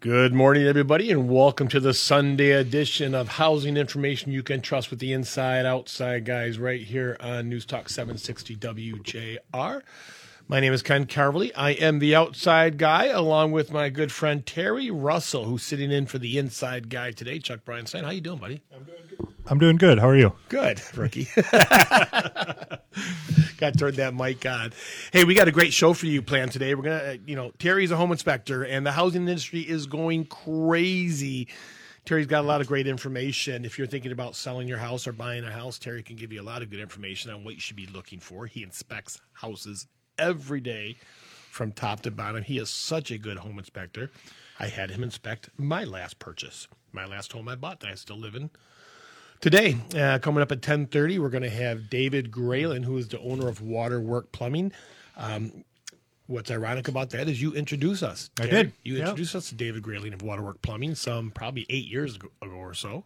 Good morning, everybody, and welcome to the Sunday edition of Housing Information You Can Trust with the Inside Outside Guys right here on News Talk 760 WJR. My name is Ken Carverley. I am the outside guy, along with my good friend Terry Russell, who's sitting in for the inside guy today. Chuck Bryanstein, how you doing, buddy? I'm doing good. How are you? Good, rookie. got to turn that mic on. Hey, we got a great show for you planned today. We're gonna, uh, you know, Terry's a home inspector, and the housing industry is going crazy. Terry's got a lot of great information. If you're thinking about selling your house or buying a house, Terry can give you a lot of good information on what you should be looking for. He inspects houses every day from top to bottom. He is such a good home inspector. I had him inspect my last purchase, my last home I bought that I still live in today uh, coming up at 10.30 we're going to have david graylin who is the owner of waterwork plumbing um, what's ironic about that is you introduce us I Terry. did, you yeah. introduced us to david graylin of waterwork plumbing some probably eight years ago, ago or so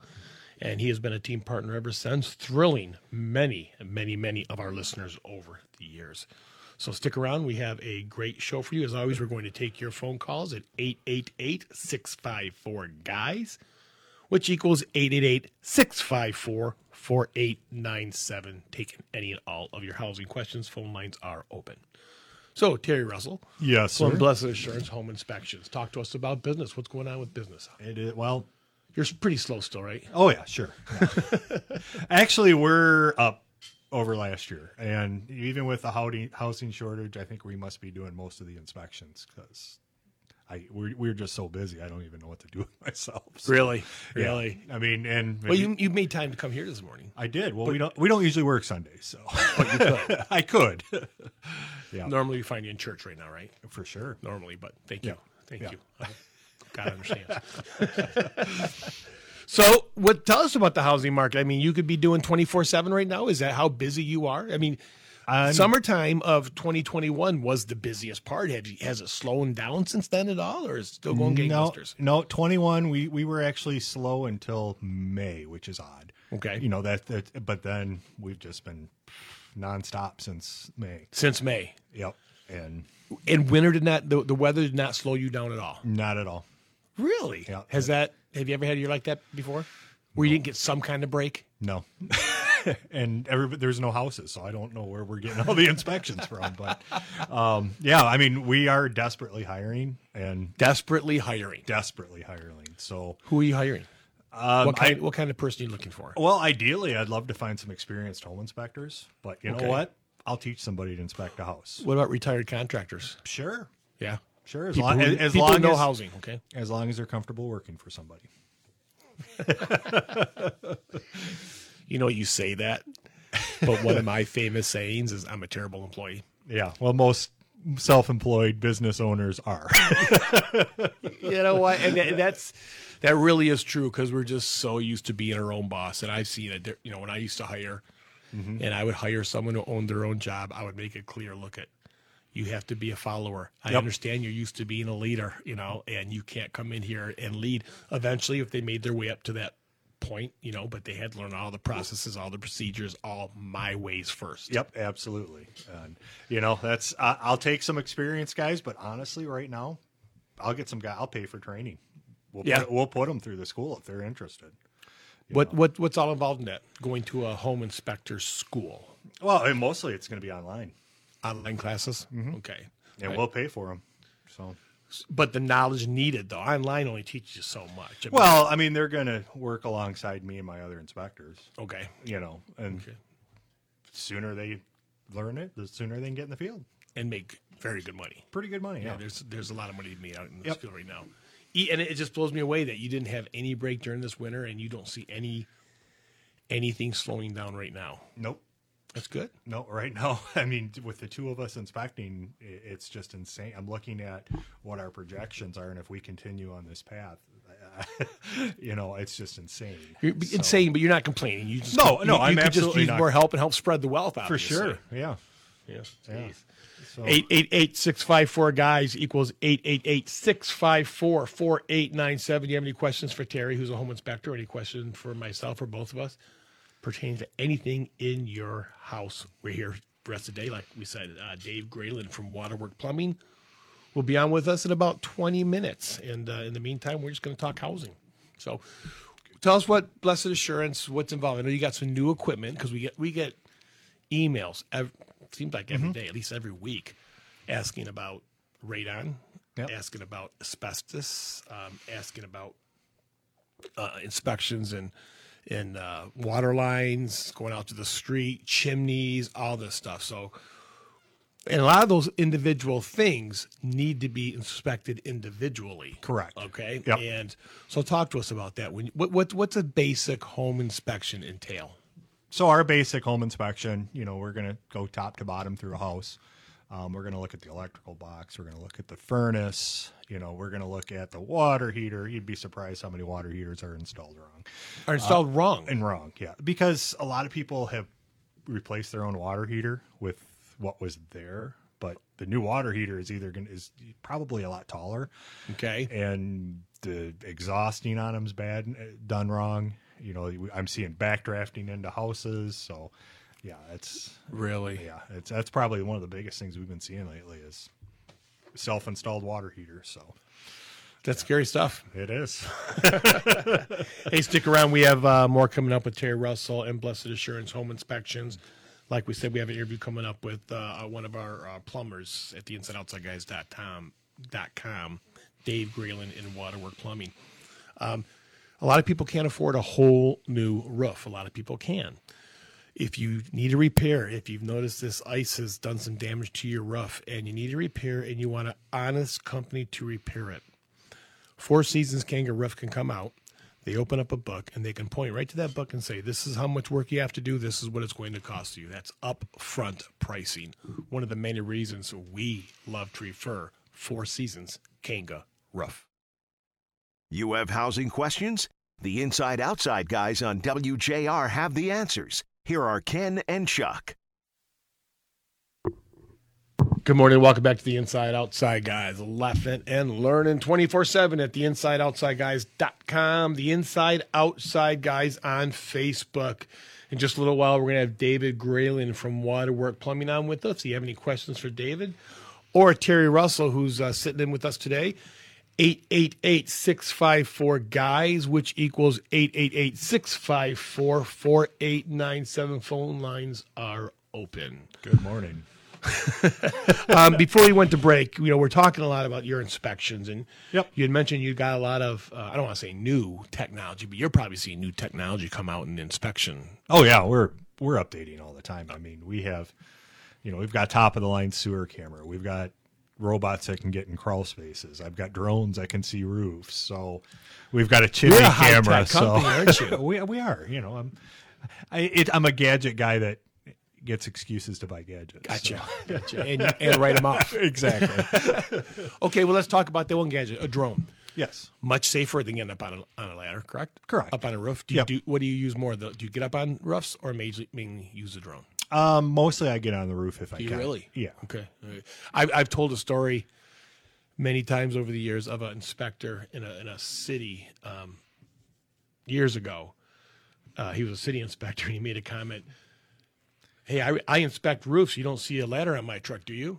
and he has been a team partner ever since thrilling many many many of our listeners over the years so stick around we have a great show for you as always we're going to take your phone calls at 888-654 guys which equals 888 654 4897. Taking any and all of your housing questions. Phone lines are open. So, Terry Russell Yes, from Blessed Assurance Home Inspections. Talk to us about business. What's going on with business? It is, well, You're pretty slow still, right? oh yeah, sure. Yeah. Actually, we're up over last year, and even with the housing housing shortage, I think we must be doing most of the inspections because I we're, we're just so busy. I don't even know what to do with myself. So, Really? yeah. Really? I mean, and Well, you, you made time to come here this morning. I did. Well, we don't we don't usually work Sundays, so But you could. I could Normally, we find you in church right now, right? for sure. normally, but thank you. Yeah. Thank Yeah. you. God understands. so, what tell us about the housing market? I mean, you could be doing 24 7 right now. Is that how busy you are? I mean, I'm- summertime of 2021 was the busiest part. Have you, has it slowed down since then at all, or is it still going No, gangbusters? no, 21. We we were actually slow until May, which is odd. Okay. you know that, that but then we've just been nonstop since May. Since May. Yep, and And winter did not, the, the weather did not slow you down at all. not at all. Really? Yeah. Has that, have you ever had a year like that before where you didn't get some kind of break? No, and everybody, there's no houses, so I don't know where we're getting all the inspections from. But um, yeah, I mean, we are desperately hiring and Desperately hiring. desperately hiring. So Who are you hiring? um, what, kind, I- what kind of person are you looking for? Well, ideally, I'd love to find some experienced home inspectors, but you Okay. know what? I'll teach somebody to inspect a house. What about retired contractors? Sure, Yeah. sure. As People long who, as people who long know as, housing, okay? as long as they're comfortable working for somebody. You know, you say that, but one of my famous sayings is I'm a terrible employee. Yeah. Well, most self-employed business owners are. You know what? And that, that's that really is true because we're just so used to being our own boss. And I've seen it, there- you know, when I used to hire and I would hire someone who owned their own job, I would make it clear look at you have to be a follower. I Yep. understand you're used to being a leader, you know, and you can't come in here and lead. Eventually, if they made their way up to that point, you know, but they had to learn all the processes, all the procedures, all my ways first. yep, absolutely. And you know, that's I I'll take some experienced guys, but honestly, right now, I'll get some guy. I'll pay for training. We'll Yeah. put, we'll put them through the school if they're interested. What what what's all involved in that? Going to a home inspector school, Well, and mostly it's going to be online, online classes. Okay, and we'll pay for them. So. but the knowledge needed though online only teaches you so much. I mean, Well, I mean, they're going to work alongside me and my other inspectors, okay, you know, and Okay. sooner they learn it, the sooner they can get in the field. and make very good money. Pretty good money. Yeah, Yeah. there's there's a lot of money to be made out in this Yep. field right now, E- and it just blows me away that you didn't have any break during this winter, and you don't see any anything slowing down right now. Nope. That's good. No, right now, I mean, with the two of us inspecting, i- it's just insane. I'm looking at what our projections are, and if we continue on this path, you know, it's just insane. You're b- insane, but you're not complaining. You just No, you- no, you, I'm could just absolutely use not. more help and help spread the wealth. For Obviously. sure. Yeah. Yeah. Yeah. So, 888 654 guys equals 888 654 4897. You have any questions for Terry, who's a home inspector? Any question for myself or both of us pertaining to anything in your house? We're here the rest of the day, like we said. Uh, Dave Graylin from Waterwork Plumbing, will be on with us in about 20 minutes. And uh, in the meantime, we're just going to talk housing. So tell us what Blessed Assurance, what's involved. I know you got some new equipment because we get we get emails. Ev- seems like every Mm-hmm. day, at least every week, asking about radon, Yep. asking about asbestos, um, asking about uh, inspections and and uh, water lines going out to the street, chimneys, all this stuff. So, and a lot of those individual things need to be inspected individually. Correct. Okay. Yep. And so, talk to us about that. When what, what what's a basic home inspection entail? so our basic home inspection, you know, we're going to go top to bottom through a house. Um, we're going to look at the electrical box. We're going to look at the furnace. You know, we're going to look at the water heater. You'd be surprised how many water heaters are installed wrong Are installed wrong? Uh, and wrong. Yeah, because a lot of people have replaced their own water heater with what was there, but the new water heater is either going to is probably a lot taller okay. and the exhausting on them's bad, uh, done wrong. You know, I'm seeing backdrafting into houses, so yeah, it's Really? yeah, it's that's probably one of the biggest things we've been seeing lately is self-installed water heater. So That's scary stuff. it is. Hey, stick around. We have uh, more coming up with Terry Russell and Blessed Assurance Home Inspections. Like we said, we have an interview coming up with uh, one of our uh, plumbers at the insideoutsideguys.com, dot com, Dave Grayland in Waterwork Plumbing. Um, a lot of people can't afford a whole new roof. A lot of people can. If you need a repair, if you've noticed this ice has done some damage to your roof and you need a repair and you want an honest company to repair it, Four Seasons Kangaroo Roof can come out. They open up a book and they can point right to that book and say, "This is how much work you have to do. This is what it's going to cost you." That's upfront pricing. One of the many reasons we love to refer Four Seasons Kanga Roof. You have housing questions? The Inside Outside guys on WJR have the answers. Here are Ken and Chuck. Good morning. Welcome back to the Inside Outside Guys, laughing and learning 24 7 at theinsideoutsideguys.com, the Inside Outside Guys on Facebook. In just a little while, we're going to have David Grayland from Waterwork Plumbing on with us. If you have any questions for David or Terry Russell, who's uh, sitting in with us today, 888 654 guys, which equals 888 654 4897. Phone lines are open Good morning. um, before we went to break, you know, we're talking a lot about your inspections, and Yep. you had mentioned you got a lot of uh, I don't want to say new technology, but you're probably seeing new technology come out in inspection. Oh yeah, we're we're updating all the time. I mean, we have, you know, we've got top of the line sewer camera. We've got robots that can get in crawl spaces. I've got drones that can see roofs. So we've got a chimney You're a high-tech camera. company, aren't so you? we we are. You know, I'm I, it, I'm a gadget guy that gets excuses to buy gadgets. Gotcha, gotcha, and, and write them off. So- exactly. Okay, well, let's talk about that one gadget, a drone. yes. Much safer than getting up on a, on a ladder, correct? Correct. Up on a roof. Do you Yep. do what do you use more? The, do you get up on roofs or mainly, mainly use a drone? Um, mostly I get on the roof if I You can. really? Yeah. Okay. All right. I've, I've told a story many times over the years of an inspector in a, in a city um, years ago. Uh, he was a city inspector and he made a comment Hey, I, I inspect roofs. You don't see a ladder on my truck, do you?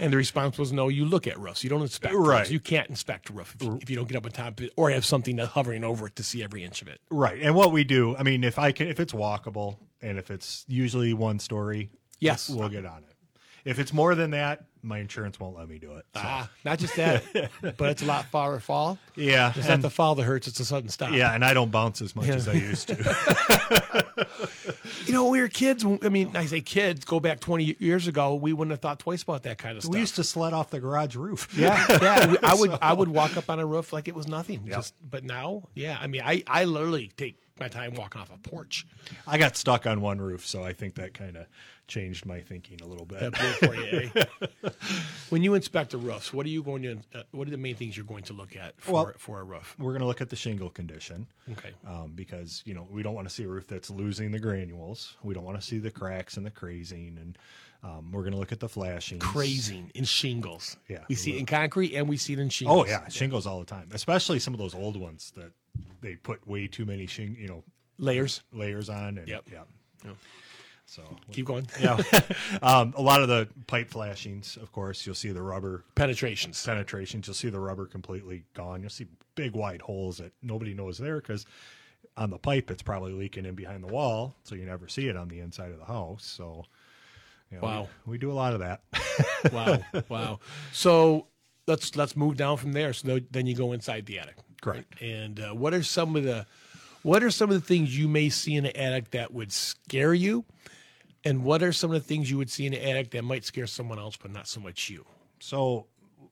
And the response was, No, you look at roofs. You don't inspect roofs. Right. You can't inspect a roof if you, if you don't get up on top of it or have something that hovering over it to see every inch of it. Right. And what we do, I mean, if I can, if it's walkable and if it's usually one story, Yes. we'll get on it. If it's more than that, my insurance won't let me do it. So, Ah, not just that, but it's a lot farther fall. yeah. It's and- not the fall that hurts, it's a sudden stop. yeah. And I don't bounce as much as I used to. You know, we were kids. I mean, I say kids, go back 20 years ago, we wouldn't have thought twice about that kind of stuff. we used to sled off the garage roof. yeah, yeah. we- I would, I would walk up on a roof like it was nothing. Yep. Just, but now, yeah. I mean, I, I literally take my time walking off a porch. I got stuck on one roof. So I think that kind of changed my thinking a little bit. That blue 48A. when you inspect the roofs, what are you going to? Uh, what are the main things you're going to look at for Well- for a roof? Uh, We're going to look at the shingle condition. Okay. um, because you know we don't want to see a roof that's losing the granules. We don't want to see the cracks and the crazing, and um, we're going to look at the flashing. Crazing in shingles. Yeah. We see it in concrete and we see it in shingles. Oh yeah, shingles all the time, especially some of those old ones that they put way too many shing, you know, Layers. layers on. And, Yep. Yeah. Yep. So Keep going. yeah, um, a lot of the pipe flashings, of course, you'll see the rubber Penetrations. penetrations. You'll see the rubber completely gone. You'll see big wide holes that nobody knows there because on the pipe it's probably leaking in behind the wall, so you never see it on the inside of the house. So, you know, Wow. we, we do a lot of that. Wow. Wow. So let's let's move down from there. So then you go inside the attic. Correct. And uh, what are some of the what are some of the things you may see in an attic that would scare you? And what are some of the things you would see in an attic that might scare someone else but not so much you? So,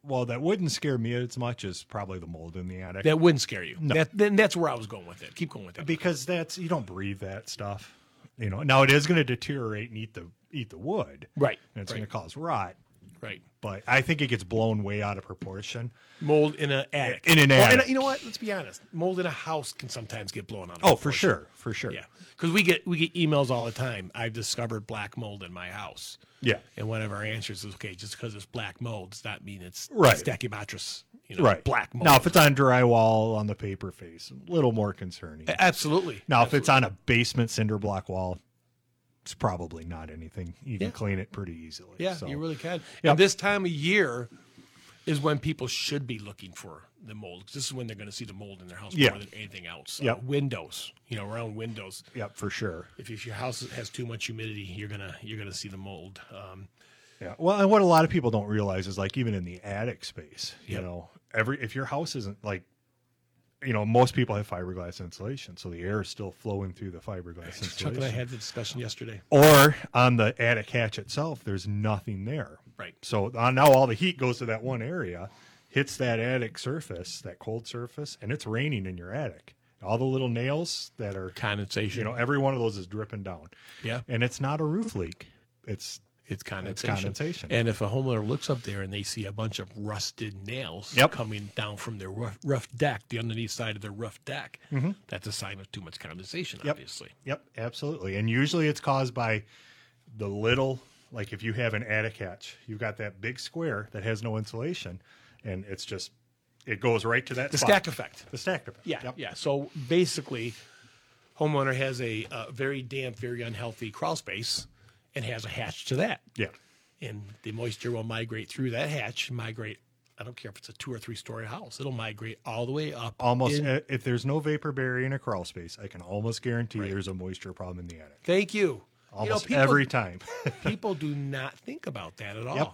well, that wouldn't scare me as much as probably the mold in the attic That wouldn't scare you. That, then that's where I was going with it. Keep going with that. because that's you don't breathe that stuff. You know, now it is going to deteriorate and eat the eat the wood, Right. and it's right, going to cause rot. right. But I think it gets blown way out of proportion. Mold in an attic. In an Well, and, attic. you know what? Let's be honest. Mold in a house can sometimes get blown out. of Oh, for proportion. sure, for sure. Yeah, because we get we get emails all the time. I've discovered black mold in my house, yeah. and one of our answers is okay. Just because it's black mold does not mean it's Right. Stachybotrys, you know, right black mold. now if it's on drywall on the paper face a little more concerning absolutely. now if it's on a basement cinder block wall it's probably not anything you can Yeah. clean it pretty easily yeah, so. you really can. Yeah. And this time of year is when people should be looking for the mold. 'cause This is when they're going to see the mold in their house Yeah. more than anything else. Uh, Yeah. windows, you know, around windows. yep for sure If, if your house has too much humidity, you're gonna you're gonna see the mold. Um, yeah well and what a lot of people don't realize is like even in the attic space you Yep. know every if your house isn't like you know most people have fiberglass insulation so the air is still flowing through the fiberglass Chuck and I insulation had the discussion yesterday. or on the attic hatch itself there's nothing there Right. So uh, now all the heat goes to that one area, hits that attic surface, that cold surface, and it's raining in your attic. All the little nails that are, Condensation. you know, every one of those is dripping down. yeah. And it's not a roof leak. It's It's condensation. condensation. And if a homeowner looks up there and they see a bunch of rusted nails Yep. coming down from their roof, roof deck, the underneath side of their roof deck, that's a sign of too much condensation, Mm-hmm. Yep. obviously. yep, absolutely. And usually it's caused by the little like if you have an attic hatch, you've got that big square that has no insulation and it's just it goes right to that The spot. stack effect. the stack effect. Yeah, Yep. yeah. So basically, homeowner has a uh, very damp, very unhealthy crawl space and has a hatch to that. Yeah. and the moisture will migrate through that hatch, migrate. I don't care if it's a two or three story house; it'll migrate all the way up. Almost in- uh, if there's no vapor barrier in a crawl space, I can almost guarantee there's a moisture problem in the attic. thank you. You know, almost people- every time. people do not think about that at all. Yep.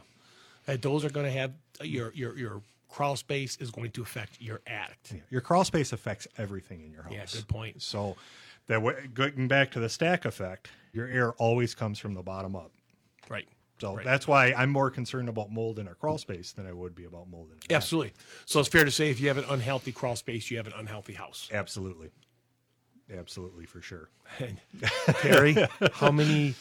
That those are going to have your your your crawl space is going to affect your attic. your crawl space affects everything in your house. Yeah, good point. So that way, going back to the stack effect, your air always comes from the bottom up. Right. So Right. that's why I'm more concerned about mold in a crawl space than I would be about mold in a Absolutely. So it's fair to say if you have an unhealthy crawl space, you have an unhealthy house. Absolutely. Absolutely for sure. And Terry, how many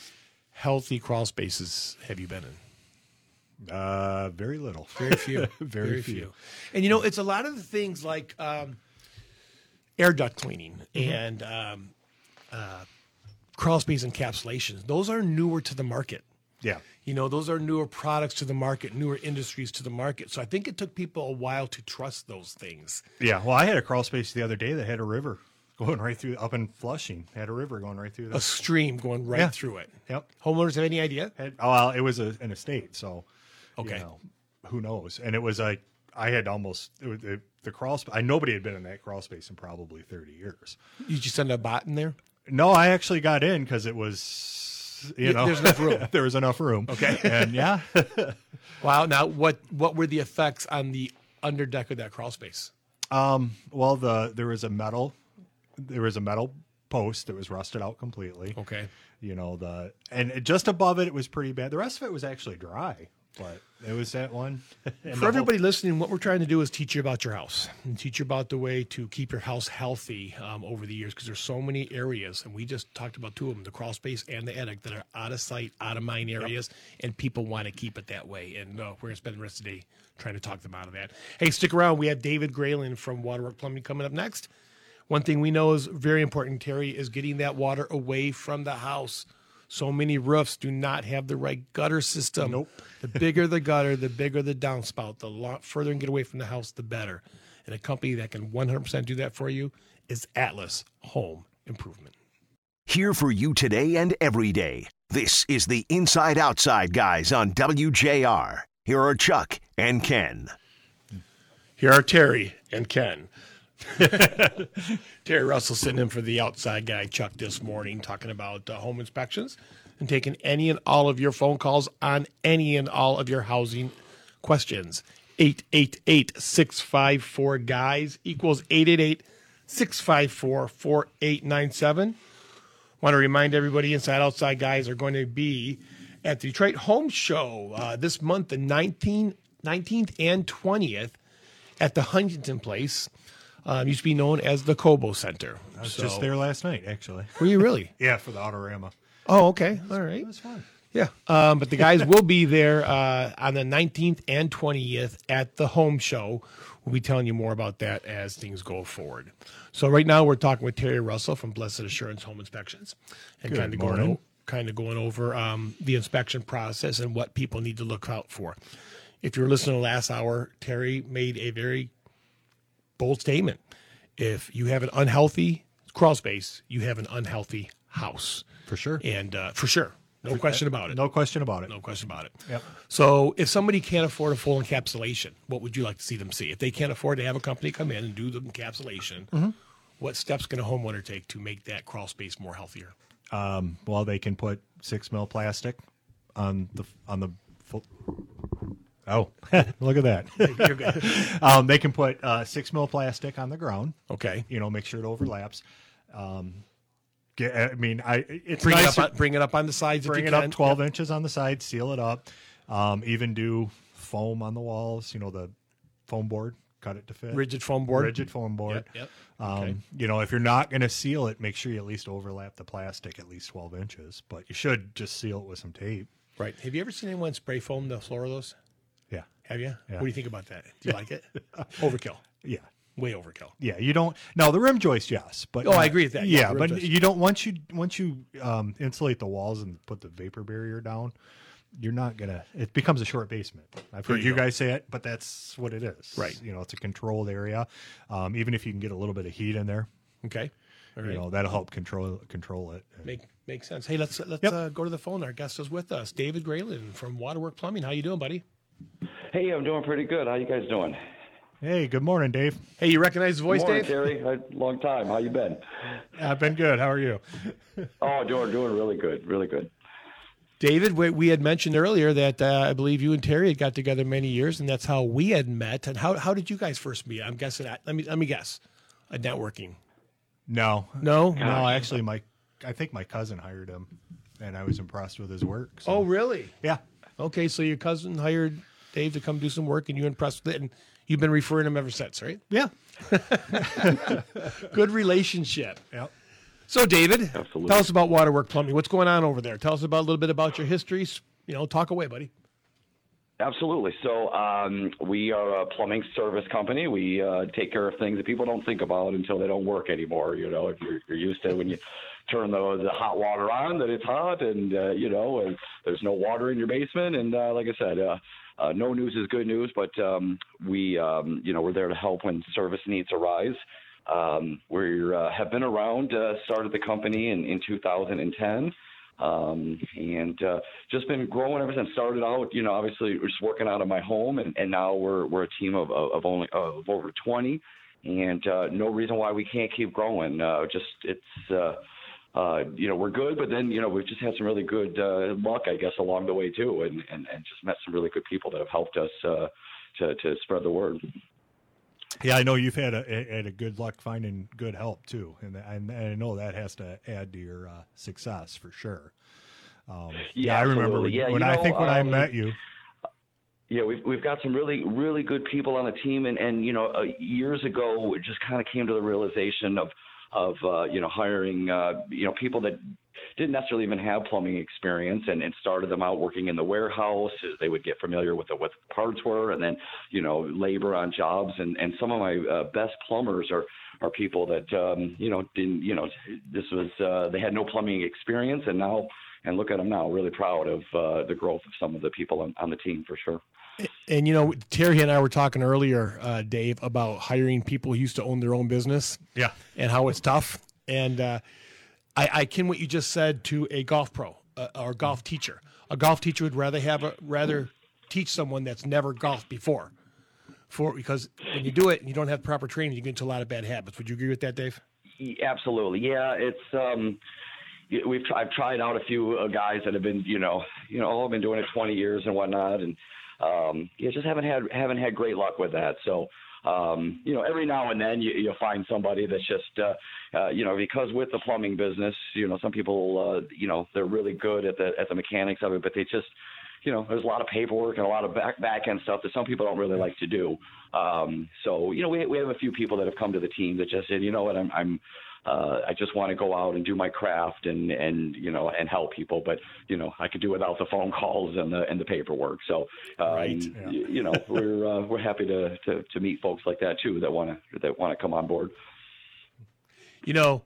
healthy crawl spaces have you been in? Uh, very little. Very few. Very few. And you know, it's a lot of the things like um, air duct cleaning and um, uh, crawl space encapsulations. Those are newer to the market. Yeah. You know, those are newer products to the market, newer industries to the market. So I think it took people a while to trust those things. Yeah. Well, I had a crawl space the other day that had a river going right through up in Flushing. Had a river going right through A there. stream going right Yeah. through it. Yep. Homeowners have any idea? Had, oh, well, it was a, an estate, so you Okay. know, who knows? And it was like I had almost it, was- it, the crawl space. I nobody had been in that crawl space in probably thirty years. Did you send a bot in there? No, I actually got in because it was you Y- know there's enough room. there was enough room. Okay, and yeah, Wow. Now, what what were the effects on the underdeck of that crawl space? um, well the there was a metal there was a metal post that was rusted out completely. Okay. You know the and it- just above it it was pretty bad. The rest of it was actually dry, but it was that one. And the For whole- everybody listening, what we're trying to do is teach you about your house and teach you about the way to keep your house healthy um, over the years because there's so many areas, and we just talked about two of them, the crawl space and the attic, that are out of sight, out of mind areas, and people want to keep it that way. And uh, we're going to spend the rest of the day trying to talk them out of that. Hey, stick around. We have David Grayling from Waterwork Plumbing coming up next. One thing we know is very important, Terry, is getting that water away from the house. So many roofs do not have the right gutter system. Nope. the bigger the gutter, the bigger the downspout. The lot further and get away from the house, the better. And a company that can 100% do that for you is Atlas Home Improvement. Here for you today and every day. This is the Inside Outside Guys on WJR. Here are Chuck and Ken. Here are Terry and Ken. Terry Russell sitting in for the outside guy, Chuck, this morning, talking about uh, home inspections and taking any and all of your phone calls on any and all of your housing questions. 888 654 guys equals 888 654 4897. Want to remind everybody, Inside Outside Guys are going to be at the Detroit Home Show uh, this month, the 19th, 19th and 20th at the Huntington Place. Um, used to be known as the Kobo Center. I was just there last night, actually. Were you really? Yeah, for the Autorama. Oh, okay. All right. It was fun. Yeah. Um, but the guys will be there uh, on the 19th and 20th at the home show. We'll be telling you more about that as things go forward. So right now we're talking with Terry Russell from Blessed Assurance Home Inspections and kind of going morning. o- kind of going over um, the inspection process and what people need to look out for. If you were listening to last hour, Terry made a very bold statement. If you have an unhealthy crawl space, you have an unhealthy house For sure. and uh, for sure, no question about it. No question about it. No question about it. Yep. So, if somebody can't afford a full encapsulation, what would you like to see them see? If they can't afford to have a company come in and do the encapsulation, Mm-hmm. what steps can a homeowner take to make that crawl space more healthier? Um, well, they can put six mil plastic on the on the. Full, oh, look at that. You're good. um, they can put uh, six mil plastic on the ground. okay. You know, make sure it overlaps. Um, get, I mean, I it's Bring nice it up. On, bring it up on the sides. bring if it you up can. 12 inches on the side seal it up um, even do foam on the walls you know the foam board cut it to fit Rigid foam board. rigid foam board Yep. yep. Um, you know if you're not going to seal it make sure you at least overlap the plastic at least 12 inches but you should just seal it with some tape Right. Have you ever seen anyone spray foam the floor of those? yeah Have you? Yeah. What do you think about that? Do you like it? Overkill. yeah Way overkill. yeah you don't now the rim joist yes but Oh, I agree with that. Yeah, yeah, the rim but joist. you don't once you once you um, insulate the walls and put the vapor barrier down you're not gonna it becomes a short basement i've heard you you, go. guys say it but that's what it is Right. you know it's a controlled area um, even if you can get a little bit of heat in there Okay. All you know that'll help control control it Make makes sense. Hey, let's let's Yep. uh, go to the phone. Our guest is with us, David Grayland from Waterwork Plumbing. How you doing, buddy? Hey, I'm doing pretty good. How you guys doing? hey good morning dave Hey, you recognize the voice, Morning, Dave? Terry. A long time. How you been? i've been good how are you Oh, doing doing really good. Really good. David, we, we had mentioned earlier that uh, I believe you and Terry had got together many years, and that's how we had met. And how how did you guys first meet? I'm guessing. At, let me let me guess. A networking. no No. no actually my i think my cousin hired him and i was impressed with his work so. Oh, really? yeah Okay. So your cousin hired Dave to come do some work, and you impressed with it, and you've been referring him ever since, right? yeah Good relationship. yeah So, David, Absolutely. tell us about Waterwork Plumbing. What's going on over there? Tell us about a little bit about your histories. You know, talk away, buddy. Absolutely. So um, we are a plumbing service company. We uh, take care of things that people don't think about until they don't work anymore. You know, if you're, you're used to when you turn the, the hot water on that it's hot, and uh, you know, and there's no water in your basement. And uh, like I said, uh, uh, no news is good news. But um, we, um, you know, we're there to help when service needs arise. Um, we uh, have been around, uh, started the company in, in 2010 um, and uh, just been growing ever since. Started out, you know, obviously just working out of my home, and, and now we're we're a team of of, of only of over twenty, and uh, no reason why we can't keep growing. Uh, just it's. Uh, uh, you know we're good, but then you know we've just had some really good uh, luck, I guess, along the way too, and, and and just met some really good people that have helped us uh, to to spread the word. Yeah, I know you've had a had a good luck finding good help too, and and, and I know that has to add to your uh, success for sure. Um, yeah, Yeah, I remember when, absolutely. Yeah, you when I know, think when I um, met you. Yeah, we've we've got some really really good people on the team, and and you know uh, years ago it just kind of came to the realization of of uh, you know hiring uh, you know people that didn't necessarily even have plumbing experience and, and started them out working in the warehouse. They would get familiar with the, what the parts were and then, you know, labor on jobs. And, and some of my uh, best plumbers are, are people that, um, you know, didn't, you know, this was, uh, they had no plumbing experience and now, and look at them now, really proud of uh, the growth of some of the people on, on the team for sure. And you know, Terry and I were talking earlier, uh, Dave, about hiring people who used to own their own business Yeah, and how it's tough. And uh, I, I kin what you just said to a golf pro uh, or golf teacher. A golf teacher would rather have a, rather teach someone that's never golfed before, for because when you do it and you don't have proper training, you get into a lot of bad habits. Would you agree with that, Dave? Yeah, Absolutely. Yeah, it's um y- we've I've tried out a few uh, guys that have been, you know, you know, I've been doing it 20 years and whatnot and um yeah, just haven't had haven't had great luck with that. So um, you know, every now and then you, you'll find somebody that's just, uh, uh, you know, because with the plumbing business, you know, some people, uh, you know, they're really good at the at the mechanics of it, but they just, you know, there's a lot of paperwork and a lot of back back end stuff that some people don't really like to do. Um, so you know, we we have a few people that have come to the team that just said, you know what, I'm I'm uh, I just want to go out and do my craft and and you know and help people, but you know I could do without the phone calls and the and the paperwork. So um, Right, yeah. y- you know we're uh, we're happy to, to to meet folks like that too that want to that want to come on board. You know,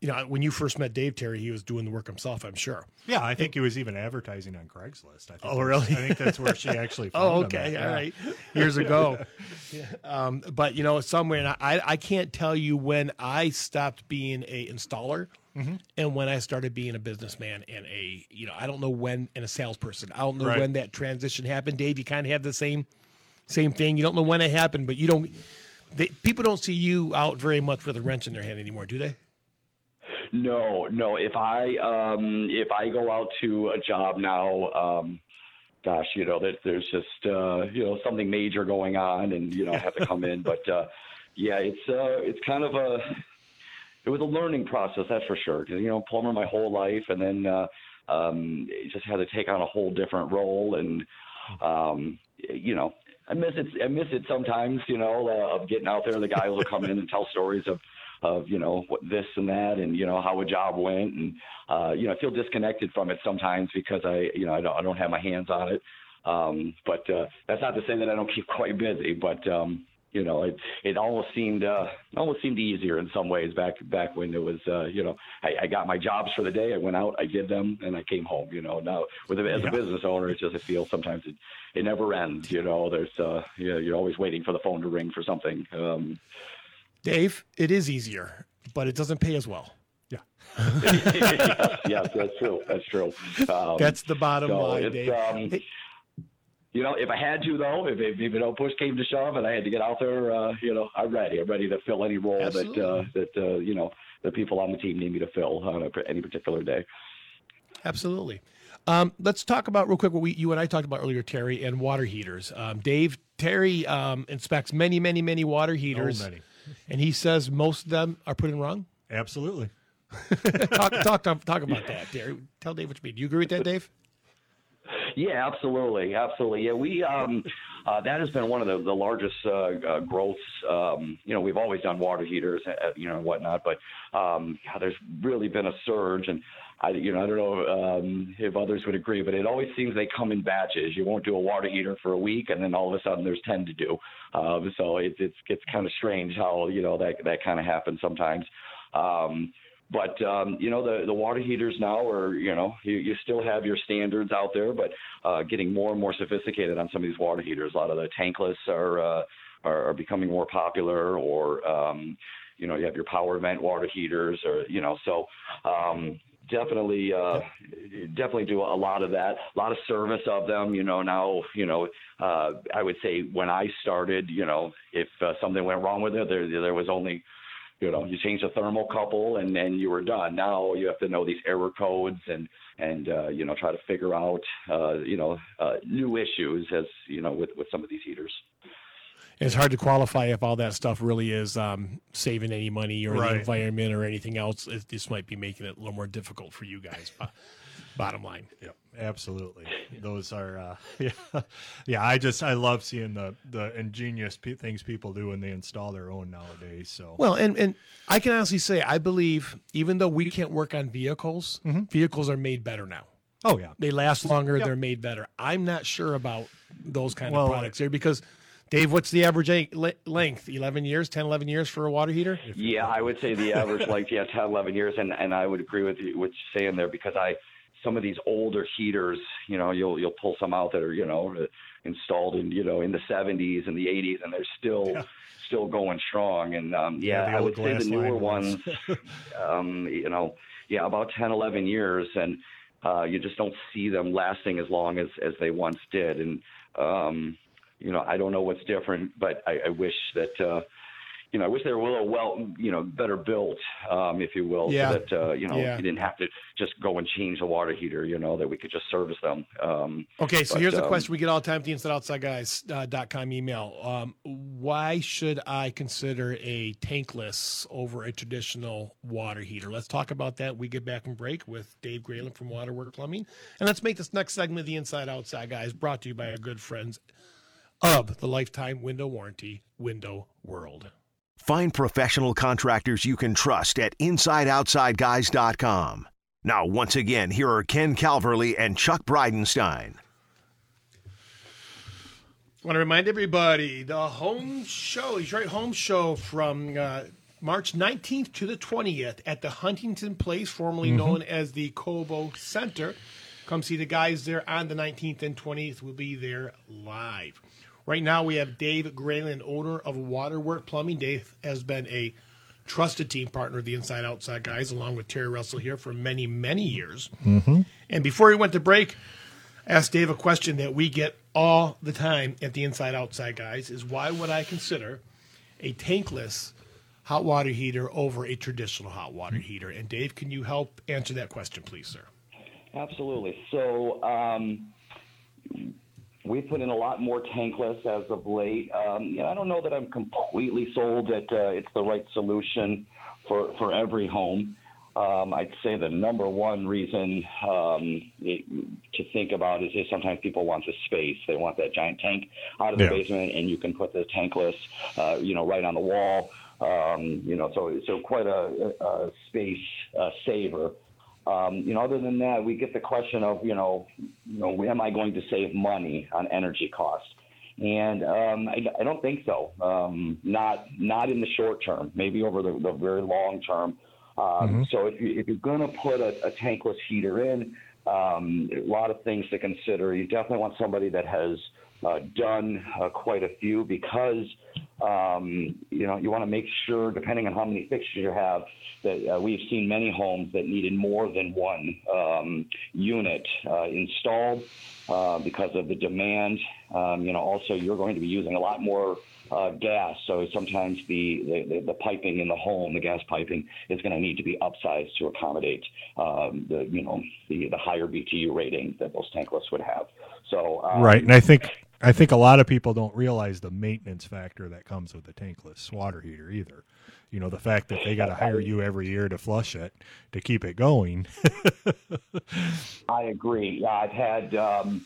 you know when you first met Dave Terry, he was doing the work himself. I'm sure. Yeah, I think he was even advertising on Craigslist. I think Oh, that's- really? I think that's where she actually. Oh, found him okay, at, all yeah. right. Years ago, Yeah. um, but you know, somewhere, and I, I can't tell you when I stopped being a installer Mm-hmm. and when I started being a businessman and a, you know, I don't know when and a salesperson. I don't know Right. when that transition happened. Dave, you kind of have the same, same thing. You don't know when it happened, but you don't. They, people don't see you out very much with a wrench in their hand anymore, do they? No, no. If I um, if I go out to a job now, um, gosh, you know, there, there's just uh, you know something major going on, and you know I have to come in. But uh, yeah, it's uh, it's kind of a it was a learning process, that's for sure. 'Cause, you know, plumber my whole life, and then uh, um, it just had to take on a whole different role, and um, you know, I miss it. I miss it sometimes. You know, uh, of getting out there, the guys will come in and tell stories of of you know what this and that, and you know how a job went, and uh, you know I feel disconnected from it sometimes because I you know I don't I don't have my hands on it. Um, but uh, that's not to say that I don't keep quite busy, but um, you know, it it almost seemed uh, it almost seemed easier in some ways back back when it was uh, you know I, I got my jobs for the day, I went out, I did them, and I came home. You know, now with a, as Yeah. a business owner, it's just I feel sometimes it, it never ends. You know, there's uh, you know, you're always waiting for the phone to ring for something. Um, Dave, it is easier, but it doesn't pay as well. yes, yes, that's true. That's true. Um, That's the bottom so line, it's, Dave. um, Hey, you know, if I had to though, if if, if you know, push came to shove and I had to get out there, uh, you know, I'm ready. I'm ready to fill any role Absolutely. that uh, that uh, you know the people on the team need me to fill on a, any particular day. Absolutely. Um, let's talk about real quick what we, you and I talked about earlier, Terry, and water heaters. Um, Dave, Terry um, inspects many, many, many water Oh, heaters, many. and he says most of them are put in wrong. Absolutely. talk, talk, talk, talk about that, Terry. Tell Dave what you mean. Do you agree with that, Dave? Yeah, absolutely, absolutely. Yeah, we um, uh, that has been one of the, the largest uh, uh, growths. Um, you know, we've always done water heaters, uh, you know, and whatnot, but um, yeah, there's really been a surge, and I, you know, I don't know um, if others would agree, but it always seems they come in batches. You won't do a water heater for a week, and then all of a sudden there's ten to do. Um, so it, it's it's kind of strange how you know that that kind of happens sometimes. Um, but um, you know the the water heaters now are you know you, you still have your standards out there, but uh, getting more and more sophisticated on some of these water heaters. A lot of the tankless are uh, are, are becoming more popular, or um, you know you have your power vent water heaters, or you know so um, definitely uh, definitely do a lot of that, a lot of service of them. You know now you know uh, I would say when I started, you know if uh, something went wrong with it, there there was only you know, you change the thermocouple and then you were done. Now you have to know these error codes and and uh, you know try to figure out uh, you know uh, new issues as you know with with some of these heaters. It's hard to qualify if all that stuff really is um, saving any money or Right. the environment or anything else. It, this might be making it a little more difficult for you guys. bo- bottom line. Yep, absolutely. Those are uh, yeah, yeah. I just I love seeing the the ingenious pe- things people do when they install their own nowadays. So Well, and and I can honestly say I believe even though we can't work on vehicles, vehicles are made better now. oh yeah, They last longer. Yep. They're made better. I'm not sure about those kind Well, of products here because, Dave, what's the average en- le- length? 11 years, 10, 11 years for a water heater? Yeah, I would say the average like yeah, 10, 11 years, and and I would agree with you what you're saying there because I some of these older heaters, you know, you'll you'll pull some out that are you know installed in you know in the 70s and the 80s, and they're still still going strong. And um, yeah, the I old would say glass the newer line ones, um, you know, yeah, about 10, 11 years, and uh, you just don't see them lasting as long as as they once did. And um, you know, I don't know what's different, but I, I wish that. Uh, you know, I wish they were a little well, you know, better built, um, if you will, Yeah. so that uh, you know Yeah. you didn't have to just go and change the water heater. You know that we could just service them. Um, Okay, so But, here's a um, question we get all the time at the InsideOutsideGuys.com uh, email. Um, why should I consider a tankless over a traditional water heater? Let's talk about that. when We get back and break with Dave Grayland from Waterwork Plumbing. And let's make this next segment of the Inside Outside Guys brought to you by our good friends of the Lifetime Window Warranty, Window World. Find professional contractors you can trust at InsideOutsideGuys.com. Now, once again, here are Ken Calverley and Chuck Bridenstine. want to remind everybody the home show, Detroit Home Show from uh, March 19th to the 20th at the Huntington Place, formerly known as the Cobo Center. Come see the guys there on the 19th and 20th. We'll be there live. Right now, we have Dave Grayland, owner of Waterwork Plumbing. Dave has been a trusted team partner of the Inside Outside Guys, along with Terry Russell here for many, many years. And before we went to break, asked Dave a question that we get all the time at the Inside Outside Guys is why would I consider a tankless hot water heater over a traditional hot water heater? And Dave, can you help answer that question, please, sir? Absolutely. So um, we put in a lot more tankless as of late. Um, you know, I don't know that I'm completely sold that uh, it's the right solution for, for every home. Um, I'd say the number one reason um, it, to think about is that sometimes people want the space. They want that giant tank out of the Yeah. basement, and you can put the tankless, uh, you know, right on the wall. Um, you know, so so quite a, a space uh, saver. Um, you know, other than that, we get the question of, you know, you know, am I going to save money on energy costs? And um, I, I don't think so. Um, not not in the short term. Maybe over the, the very long term. Um, So if you if you're going to put a, a tankless heater in, um, a lot of things to consider. You definitely want somebody that has uh, done uh, quite a few because um, you know you want to make sure, depending on how many fixtures you have, that uh, we've seen many homes that needed more than one um, unit uh, installed uh, because of the demand. Um, you know, also you're going to be using a lot more uh, gas. So sometimes the, the- the, the piping in the home, the gas piping, is going to need to be upsized to accommodate um, the you know the, the higher BTU rating that those tankless would have. So um, right, and I think I think a lot of people don't realize the maintenance factor that comes with a tankless water heater either. You know, the fact that they got to hire you every year to flush it to keep it going. I agree. Yeah, I've had. Um,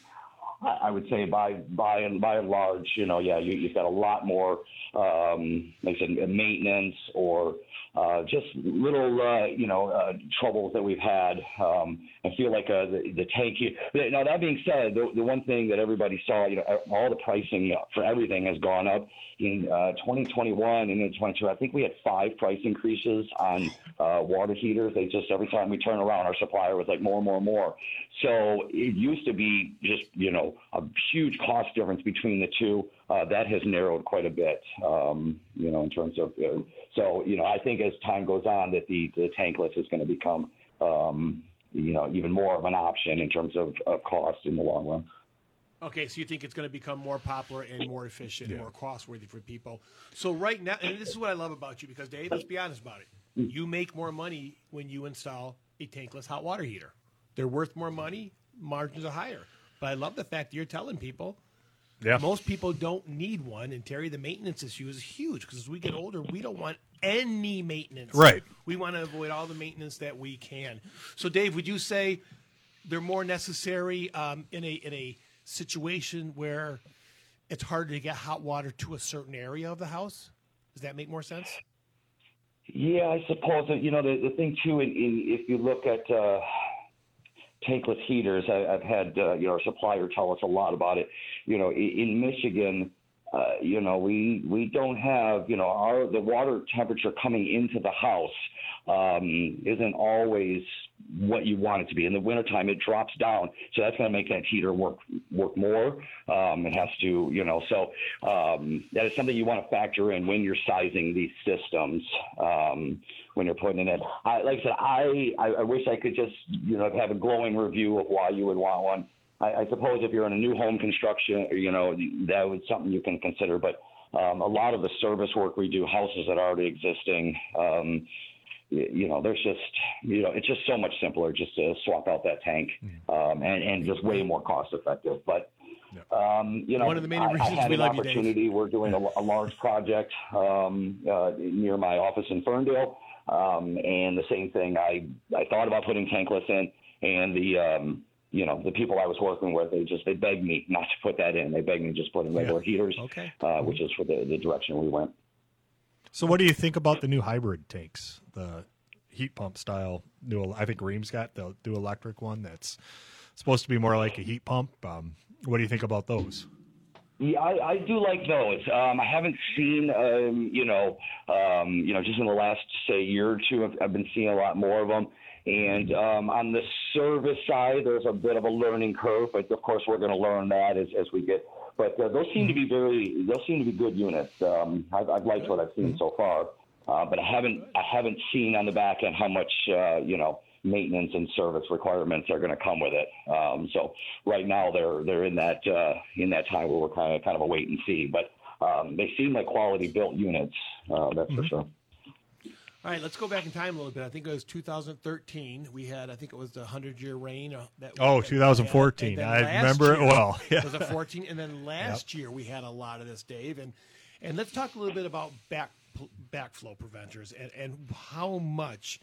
I I would say by by and by and large, you know, yeah, you, you've got a lot more, um, like I said, maintenance or uh, just little, uh, you know, uh, troubles that we've had. Um, I feel like uh, the, the tank. Now that being said, the, the one thing that everybody saw, you know, uh, all the pricing for everything has gone up in uh, 2021 and in 22. I think we had five price increases on uh, water heaters. They just every time we turn around, our supplier was like more and more and more. So it used to be just you know a huge cost difference between the two. Uh, that has narrowed quite a bit, um, you know, in terms of. Uh, so you know, I think as time goes on, that the the tankless is going to become. Um, you know, even more of an option in terms of, of cost in the long run. Okay, so you think it's going to become more popular and more efficient, more cost worthy for people. So right now, and this is what I love about you because Dave, let's be honest about it. You make more money when you install a tankless hot water heater. They're worth more money, margins are higher. But I love the fact that you're telling people yeah, Most people don't need one, and Terry, the maintenance issue is huge because as we get older, we don't want any maintenance. Right. We want to avoid all the maintenance that we can. So, Dave, would you say they're more necessary um, in a in a situation where it's harder to get hot water to a certain area of the house? Does that make more sense? Yeah, I suppose that you know the, the thing too. In, in if you look at uh, tankless heaters, I, I've had uh, you know our supplier tell us a lot about it. You know, in, in Michigan, uh, you know, we we don't have, you know, our the water temperature coming into the house um, isn't always what you want it to be. In the wintertime, it drops down, so that's going to make that heater work work more. Um, it has to, you know, so um, that is something you want to factor in when you're sizing these systems. Um, when you're putting it in, I, like I said, I, I I wish I could just, you know, have a glowing review of why you would want one. I, I suppose if you're in a new home construction, you know, that was something you can consider. But um, a lot of the service work we do, houses that are already existing, um, y- you know, there's just, you know, it's just so much simpler just to swap out that tank Mm. um, and, and just way more cost effective. But, um, you know, One of the many I, I reasons had we an love you, Dave. opportunity community. We're doing a, a large project um, uh, near my office in Ferndale, um, and the same thing. I I thought about putting tankless in, and the um, you know the people I was working with they just they begged me not to put that in. They begged me to just put in regular heaters, Okay. uh, which is for the, the direction we went. So, what do you think about the new hybrid tanks, the heat pump style? New, I think Ream's got the new electric one that's supposed to be more like a heat pump. Um, what do you think about those? Yeah, I, I do like those. Um, I haven't seen, um, you know, um, you know, just in the last say year or two, I've, I've been seeing a lot more of them. And um, on the service side, there's a bit of a learning curve, but of course we're going to learn that as, as we get. But uh, those seem to be very, those seem to be good units. Um, I've, I've liked what I've seen so far, uh, but I haven't, I haven't seen on the back end how much, uh, you know, maintenance and service requirements are going to come with it. Um, so right now they're they're in that uh, in that time where we're kind of kind of a wait and see, but um, they seem like quality built units. Uh, that's for sure. All right, let's go back in time a little bit. I think it was 2013. We had, I think it was the 100 year reign. uh, That Oh, and- 2014. and then I last remember it year well. Yeah. Was a 14, and then last year we had a lot of this, Dave. And and let's talk a little bit about back backflow preventers and and how much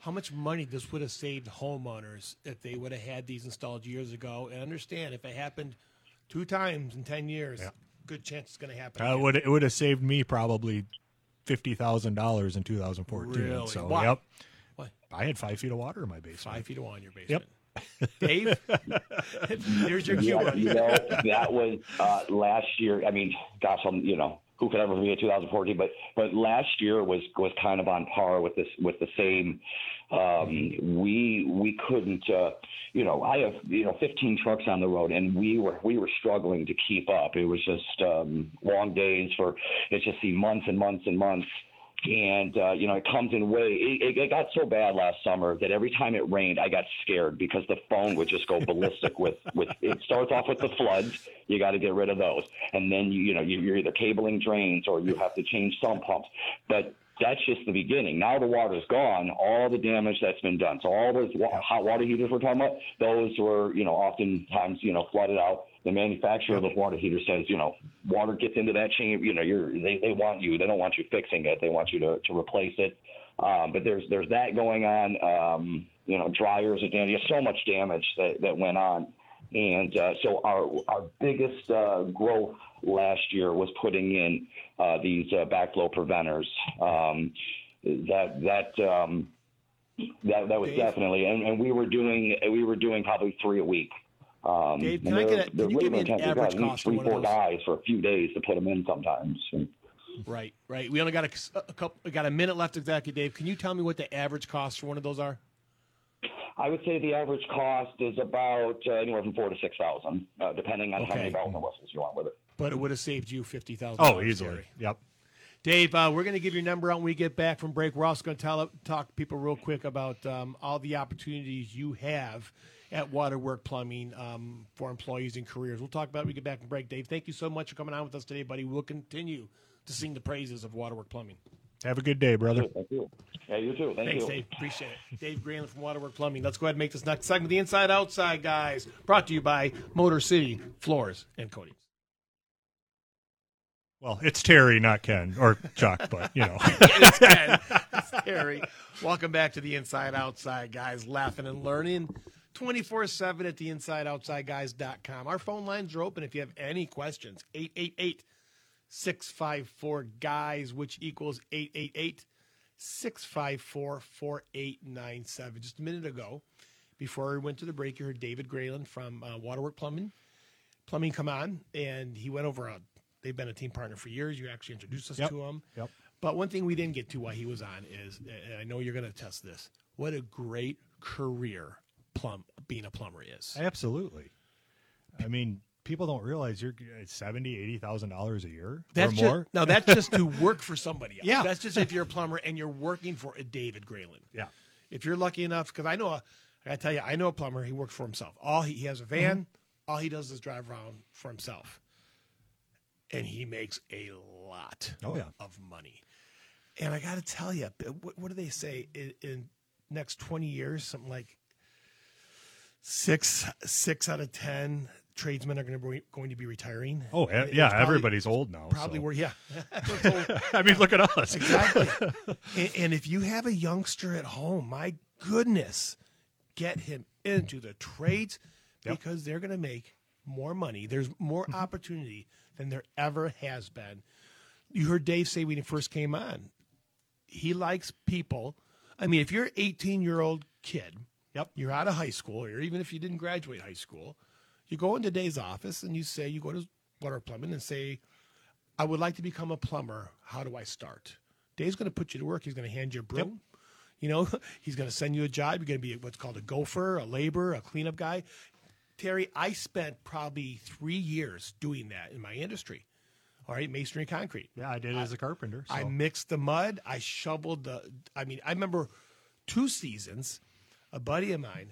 how much money this would have saved homeowners if they would have had these installed years ago. And understand if it happened two times in 10 years, good chance it's going to happen. Uh, it again. would it would have saved me probably fifty thousand dollars in two thousand fourteen. Really? So Why? yep, Why? I had five feet of water in my basement. Five feet of wall in your basement. Dave, there's your cue. Yeah, buddy. you know that was uh, last year. I mean, gosh, I'm you know who could ever forget 2014? But but last year was was kind of on par with this with the same. Um, we we couldn't uh, you know I have you know 15 trucks on the road and we were we were struggling to keep up. It was just um, long days for it's just the months and months and months and uh, you know it comes in way. It, it, it got so bad last summer that every time it rained, I got scared because the phone would just go ballistic. With with it starts off with the floods, you got to get rid of those, and then you you know you, you're either cabling drains or you have to change sump pumps, but. That's just the beginning. Now the water's gone. All the damage that's been done. So all those wa- hot water heaters we're talking about, those were, you know, oftentimes, you know, flooded out the manufacturer of the water heater says, you know, water gets into that chamber, you know, you're, they, they want you, they don't want you fixing it. They want you to, to replace it. Um, but there's, there's that going on, um, you know, dryers are damaged, so much damage that, that went on. And uh, so our, our biggest uh, growth last year was putting in uh, these uh, backflow preventers. Um, that, that, um, that, that was Dave? definitely, and, and we were doing, we were doing probably three a week. Um, Dave, and can I they're- get a- can they're you give me an labor-intensive. You've average got at least cost of Three, one of four those? guys for a few days to put them in sometimes. And Right, right. We only got a, a couple. We got a minute left exactly, Dave. Can you tell me what the average cost for one of those are? I would say the average cost is about uh, anywhere from four to six thousand, uh, depending on how Okay. many bells and whistles you want with it. But it would have saved you fifty thousand. oh, easily. Yep. Dave, uh, we're going to give your number out when we get back from break. We're also going to tell, talk to people real quick about um, all the opportunities you have at Waterwork Plumbing um, for employees and careers. We'll talk about it when we get back from break. Dave, thank you so much for coming on with us today, buddy. We'll continue to sing the praises of Waterwork Plumbing. Have a good day, brother. Thank you. Yeah, you too. Thank Thanks, you. Dave. Appreciate it. Dave Granlin from Waterwork Plumbing. Let's go ahead and make this next segment the Inside Outside Guys, brought to you by Motor City Floors and Coatings. Well, it's Terry, not Ken or Chuck, but you know. Ken, it's Terry. Welcome back to the Inside Outside Guys, laughing and learning 24 7 at the InsideOutsideGuys.com. Our phone lines are open if you have any questions. 888 654 Guys, which equals 888 654 4897. Just a minute ago, before we went to the break, you heard David Grayland from uh, Waterwork Plumbing. Plumbing come on, and he went over a. They've been a team partner for years. You actually introduced us Yep. to him. Yep. But one thing we didn't get to while he was on is, and I know you're going to test this. What a great career plum being a plumber is. Absolutely. I mean, people don't realize you're at seventy, eighty thousand dollars a year That's or more. just no. That's just to work for somebody. Else. Yeah. that's just if you're a plumber and you're working for a David Grayland. yeah. If you're lucky enough, because I know, a, I gotta tell you, I know a plumber. He works for himself. All he, he has a van. Mm-hmm. All he does is drive around for himself, and he makes a lot Oh, yeah. of money. And I gotta tell you, what, what do they say in, in next twenty years? Something like six six out of ten tradesmen are going to be, going to be retiring. Oh yeah, It's yeah, probably- everybody's old now. Probably so. were yeah. So- I mean, look at us. Exactly. and, and if you have a youngster at home, my goodness, get him into the trades Yep. Mm-hmm. because they're going to make more money. There's more opportunity than there ever has been. You heard Dave say when he first came on, he likes people. I mean, if you're an 18 year old kid, Yep. you're out of high school, or even if you didn't graduate high school, you go into Dave's office and you say, you go to water plumbing and say, I would like to become a plumber. How do I start? Dave's going to put you to work. He's going to hand you a broom. You know, he's going to send you a job. You're going to be what's called a gopher, a laborer, a cleanup guy. Terry, I spent probably three years doing that in my industry. All right, masonry concrete. Yeah, I did it as a carpenter. So. I mixed the mud. I shoveled the. I mean, I remember two seasons. A buddy of mine,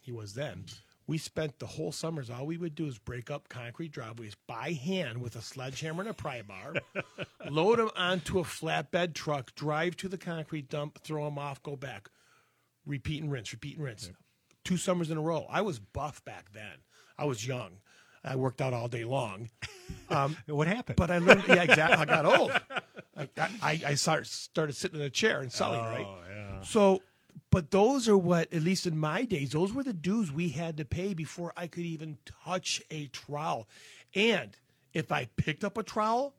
he was then. We spent the whole summers. All we would do is break up concrete driveways by hand with a sledgehammer and a pry bar, load them onto a flatbed truck, drive to the concrete dump, throw them off, go back, repeat and rinse, repeat and rinse. Two summers in a row. I was buff back then. I was young. I worked out all day long. Um, what happened? but I learned, yeah, exactly. I got old. I, I, I start, started sitting in a chair and selling, right? So, but those are what, at least in my days, those were the dues we had to pay before I could even touch a trowel. And if I picked up a trowel,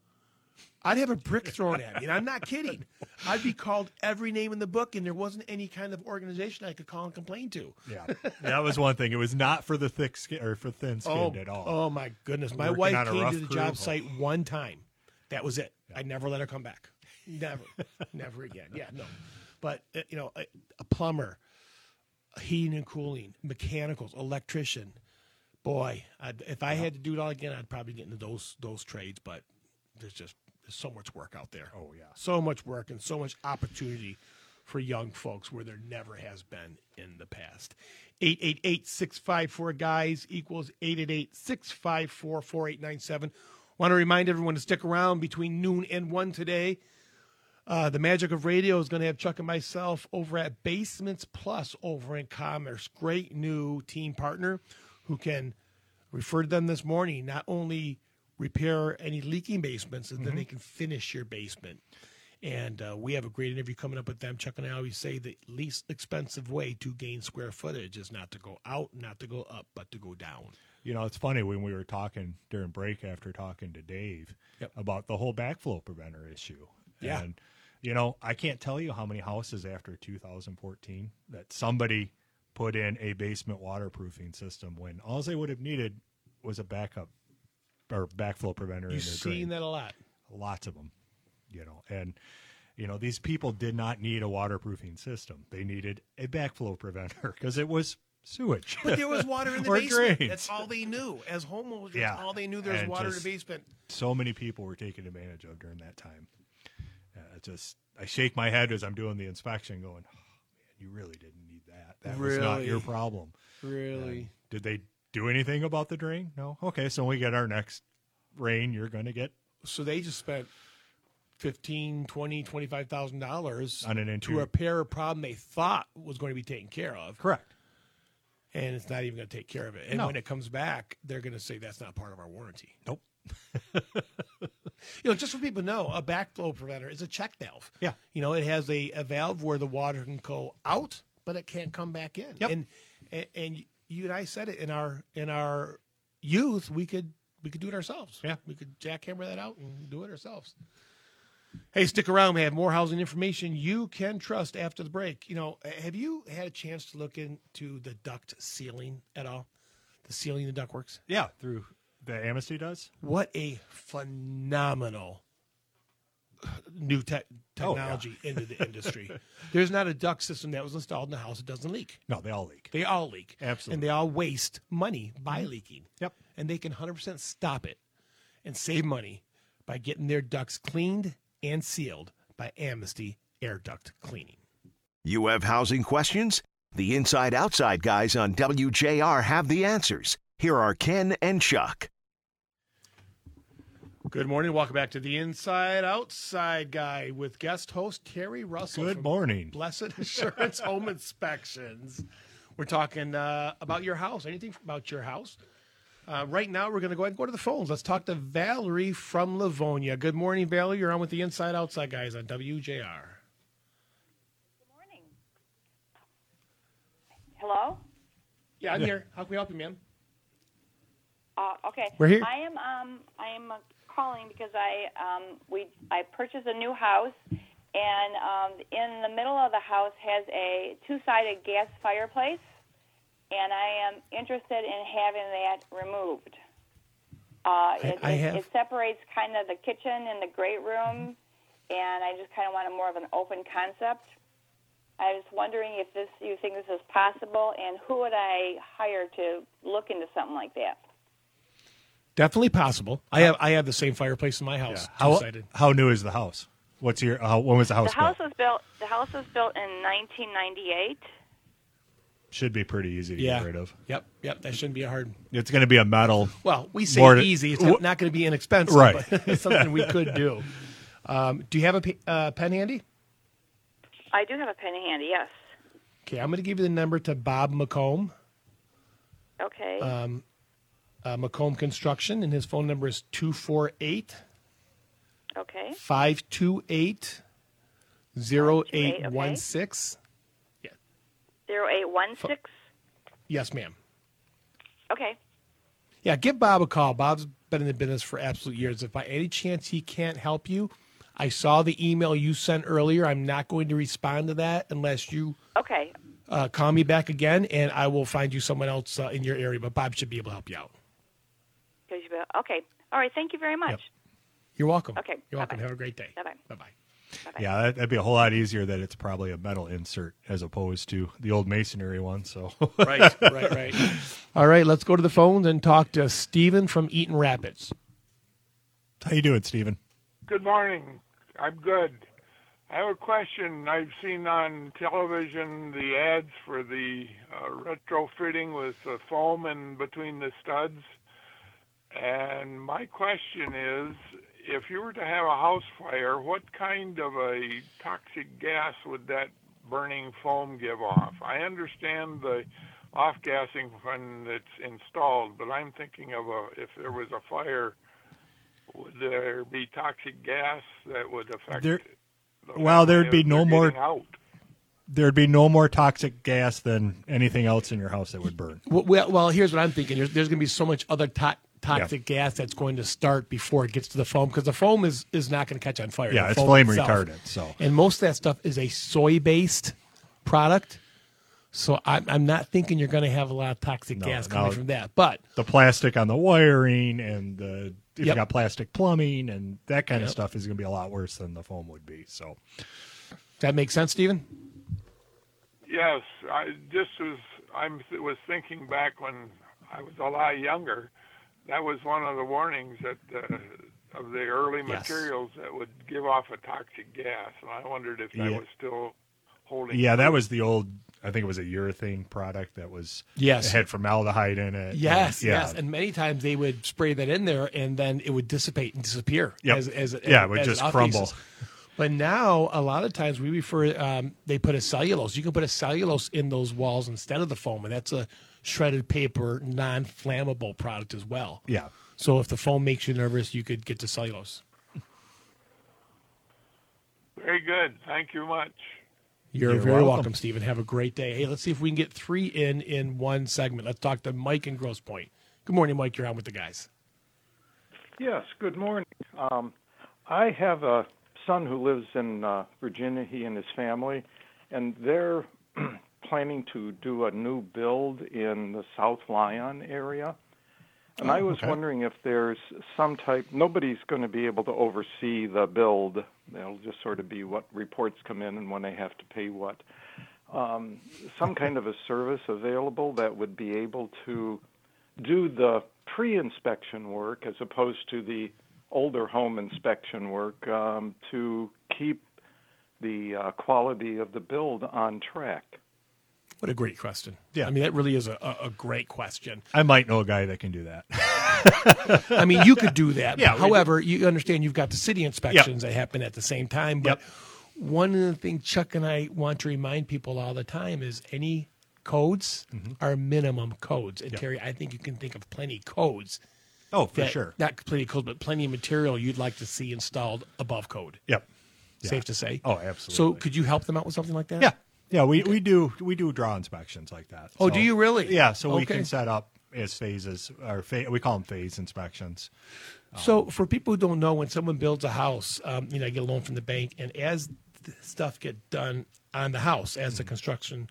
I'd have a brick thrown at me. And I'm not kidding. I'd be called every name in the book, and there wasn't any kind of organization I could call and complain to. yeah, that was one thing. It was not for the thick skin or for thin skinned at all. Oh my goodness! My Working wife on a came rough to the crew. job site one time. That was it. I never let her come back. Never, never again. Yeah, no. But uh, you know, a, a plumber, heating and cooling, mechanicals, electrician. Boy, I'd, if I had to do it all again, I'd probably get into those those trades. But there's just there's so much work out there. Oh, yeah. so much work and so much opportunity for young folks where there never has been in the past. 888-654 guys equals 888-654-4897. Want to remind everyone to stick around between noon and 1 today. Uh, the Magic of Radio is going to have Chuck and myself over at Basements Plus over in Commerce. Great new team partner who can refer to them this morning, not only repair any leaking basements, and Mm-hmm. then they can finish your basement. And uh, we have a great interview coming up with them. Chuck and I always say the least expensive way to gain square footage is not to go out, not to go up, but to go down. You know, it's funny when we were talking during break after talking to Dave Yep. about the whole backflow preventer issue. Yeah. And, you know, I can't tell you how many houses after 2014 that somebody put in a basement waterproofing system when all they would have needed was a backup or backflow preventer in You've their seen drain. that a lot. Lots of them, you know. And, you know, these people did not need a waterproofing system. They needed a backflow preventer because it was sewage. But there was water in the Or basement. drains. That's all they knew. As homeowners, that's Yeah. all they knew there was And water in just- the basement. so many people were taken advantage of during that time. Uh, it just I shake my head as I'm doing the inspection, going, oh, "Man, you really didn't need that. That was not your Really? problem." Really? Did they do anything about the drain? No. Okay, so when we get our next rain, you're going to get So they just spent fifteen, twenty, twenty-five thousand dollars On an to interior- repair a problem they thought was going to be taken care of, correct. and it's not even going to take care of it. And No. when it comes back, they're going to say that's not part of our warranty. Nope. You know, just so people know, a backflow preventer is a check valve. Yeah. You know, it has a, a valve where the water can go out, but it can't come back in. Yep. And, and and you and I said it in our in our youth, we could we could do it ourselves. Yeah. We could jackhammer that out and do it ourselves. Hey, stick around. We have more housing information you can trust after the break. You know, have you had a chance to look into the duct ceiling at all? The ceiling the duct works? Yeah, through The Amnesty does? What a phenomenal new te- Oh, yeah. technology into the industry. There's not a duct system that was installed in the house that doesn't leak. No, they all leak. They all leak. Absolutely. And they all waste money by leaking. Yep. And they can 100% stop it and save money by getting their ducts cleaned and sealed by Amnesty Air Duct Cleaning. You have housing questions? The Inside Outside guys on WJR have the answers. Here are Ken and Chuck. Good morning. Welcome back to the Inside Outside Guy with guest host Terry Russell. Good from morning. Blessed Assurance Home Inspections. We're talking uh, about your house. Anything about your house? Uh, right now, we're going to go ahead and go to the phones. Let's talk to Valerie from Livonia. Good morning, Valerie. You're on with the Inside Outside Guys on WJR. morning. Hello? Yeah, I'm here. How can we help you, ma'am? Uh, okay. We're here. I am um I am uh, calling because I um we I purchased a new house and um in the middle of the house has a two-sided gas fireplace and I am interested in having that removed. Uh, it, I it, have- it separates kind of the kitchen and the great room, and I just kind of want a more of an open concept. I was wondering if this you think this is possible, and who would I hire to look into something like that? Definitely possible. I have I have the same fireplace in my house. How, Two-sided. how new is the house? What's your how, when was the house, The house built? was built. The house was built in 1998. Should be pretty easy to Yeah. get rid of. Yep. Yep. That shouldn't be a hard. It's going to be a metal. Well, we say More to- easy. It's Wh- not going to be inexpensive, Right. But it's something we could do. Um, do you have a pe- uh, pen handy? I do have a pen handy. Yes. Okay, I'm going to give you the number to Bob McComb, Okay. uh, McComb Construction, and his phone number is 248 okay. 528 0816. Zero eight one six. Yes, ma'am. Okay. Yeah, give Bob a call. Bob's been in the business for absolute years. If by any chance he can't help you, I saw the email you sent earlier. I'm not going to respond to that unless you Okay. uh, call me back again, and I will find you someone else uh, in your area. But Bob should be able to help you out. Goes you bill. Okay. All right. Thank you very much. You're welcome. Okay, You're welcome. bye-bye. Have a great day. Bye-bye. Bye bye. Yeah, that, that'd be a whole lot easier that it's probably a metal insert as opposed to the old masonry one. So Right, right, right. All right, let's go to the phones and talk to Steven from Eaton Rapids. how you doing, Steven? Good morning. I'm good. I have a question. I've seen on television the ads for the uh, retrofitting with the foam in between the studs. And my question is if you were to have a house fire, what kind of a toxic gas would that burning foam give off? I understand the off gassing when it's installed, but I'm thinking of a, if there was a fire would there be toxic gas that would affect? There- the well, there'd family be if no they're more- getting out? There'd be no more toxic gas than anything else in your house that would burn. Well, well, well, here's what I'm thinking. There's, there's going to be so much other to- toxic gas that's going to start before it gets to the foam because the foam is, is not going to catch on fire. Yeah, The it's foam flame itself. retardant. So And most of that stuff is a soy based product. So I'm, I'm not thinking you're going to have a lot of toxic No, gas coming no. from that. But the plastic on the wiring and the if Yep. you got plastic plumbing and that kind Yep. of stuff is going to be a lot worse than the foam would be. So does that make sense, Steven? Yes, I just was. I'm was thinking back when I was a lot younger. That was one of the warnings that uh, of the early Yes. materials that would give off a toxic gas, and I wondered if that Yeah. was still holding. yeah, that was the old. I think it was a urethane product that was Yes. it had formaldehyde in it. Yes, And- yeah. yes, and many times they would spray that in there, and then it would dissipate and disappear. Yep. As, as, Yeah, it would just off crumble. pieces. But now, a lot of times we refer. Um, they put a cellulose. You can put a cellulose in those walls instead of the foam, and that's a shredded paper, non-flammable product as well. yeah. So if the foam makes you nervous, you could get to cellulose. Very good. Thank you much. You're, You're very welcome. welcome. Stephen. Have a great day. Hey, let's see if we can get three in in one segment. Let's talk to Mike and Gross Point. Good morning, Mike. You're on with the guys. Yes, good morning. Um, I have a son who lives in uh, Virginia, he and his family, and they're planning to do a new build in the South Lyon area. And I was wondering if there's some type, nobody's going to be able to oversee the build. It'll just sort of be what reports come in and when they have to pay what. Um, some kind of a service available that would be able to do the pre inspection work as opposed to the older home inspection work um, to keep the uh, quality of the build on track. What a great question. Yeah. I mean, that really is a, a, a great question. I might know a guy that can do that. I mean, you could do that. Yeah, but we- however, you understand you've got the city inspections that happen at the same time. But one of the things Chuck and I want to remind people all the time is any codes Mm-hmm. are minimum codes. And Terry, I think you can think of plenty codes. Oh, for that- sure. Not plenty codes, but plenty of material you'd like to see installed above code. Yep. Safe to say. Oh, absolutely. So could you help them out with something like that? Yeah, yeah, we, we do we do draw inspections like that. Oh, do you really? Yeah, so we Okay. can set up as phases or pha- we call them phase inspections. So, for people who don't know, when someone builds a house, um, you know, I get a loan from the bank, and as the stuff get done on the house, as Mm-hmm. the construction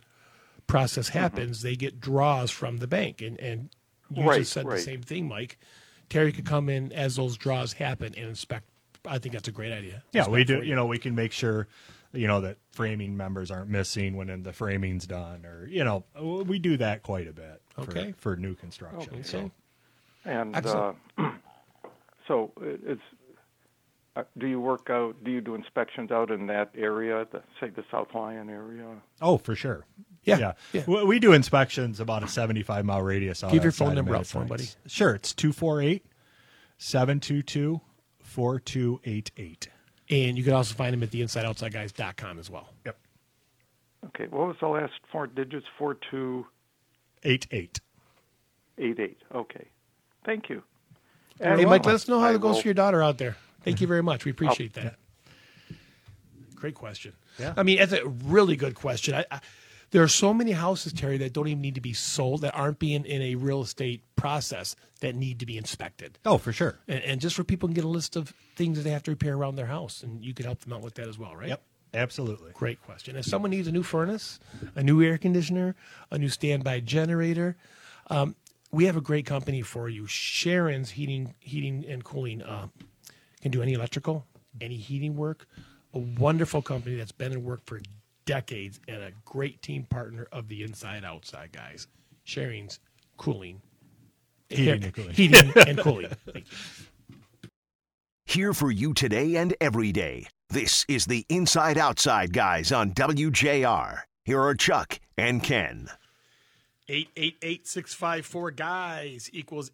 process happens, they get draws from the bank, and and you Right, just said right. the same thing, Mike. Terry could come in as those draws happen and inspect. I think that's a great idea. Yeah, we Inspect do. for You know, we can make sure you know that framing members aren't missing when the framing's done, or you know, we do that quite a bit. for- Okay. for, new construction. Okay. So And uh, Excellent. so it- it's. Uh, do you work out? Do you do inspections out in that area, the, say the South Lyon area? oh, for sure. Yeah, yeah. yeah. We, we do inspections about a seventy-five mile radius. out Give your outside phone of number out Madison for 'em, buddy. Heights. Sure, it's 248-722-4288. And you can also find him at the InsideOutsideGuys.com as well. Yep, Okay, what was the last four digits? Four two eight eight. eight eight. Okay, thank you. Hey, And Mike, well, let us know how I it goes will- for your daughter out there. Thank you very much. We appreciate that. Great question. Yeah. I mean, that's a really good question. I, I, there are so many houses, Terry, that don't even need to be sold, that aren't being in a real estate process that need to be inspected. Oh, for sure. And, and just for people can get a list of things that they have to repair around their house, and you could help them out with that as well, right? Yep, absolutely. Great question. If someone needs a new furnace, a new air conditioner, a new standby generator, um, we have a great company for you. Sharon's Heating, Heating and Cooling uh, can do any electrical, any heating work. A wonderful company that's been in work for decades and a great team partner of the Inside Outside guys. Sharon's Cooling, Heating and cooling. Heating and cooling. Thank you. Here for you today and every day. This is the Inside Outside Guys on WJR. Here are Chuck and Ken. 888 guys equals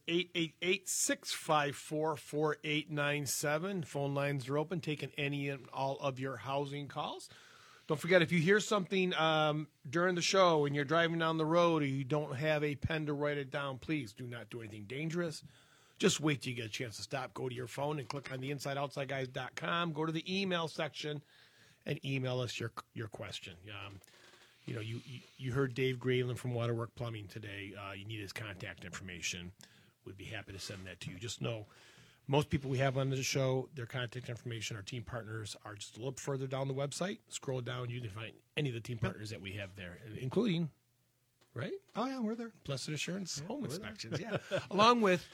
888-654-4897. Phone lines are open, taking any and all of your housing calls. Don't forget if you hear something um, during the show and you're driving down the road or you don't have a pen to write it down, please do not do anything dangerous. Just wait till you get a chance to stop. Go to your phone and click on the insideoutsideguys.com. Go to the email section and email us your your question. Um, you know, you, you, you heard Dave Graveland from Waterwork Plumbing today. Uh, you need his contact information. We'd be happy to send that to you. Just know most people we have on the show, their contact information, our team partners are just a little further down the website. Scroll down, you can find any of the team partners that we have there, including, right? Oh yeah, we're there. Blessed Assurance Home Inspections, yeah. Along with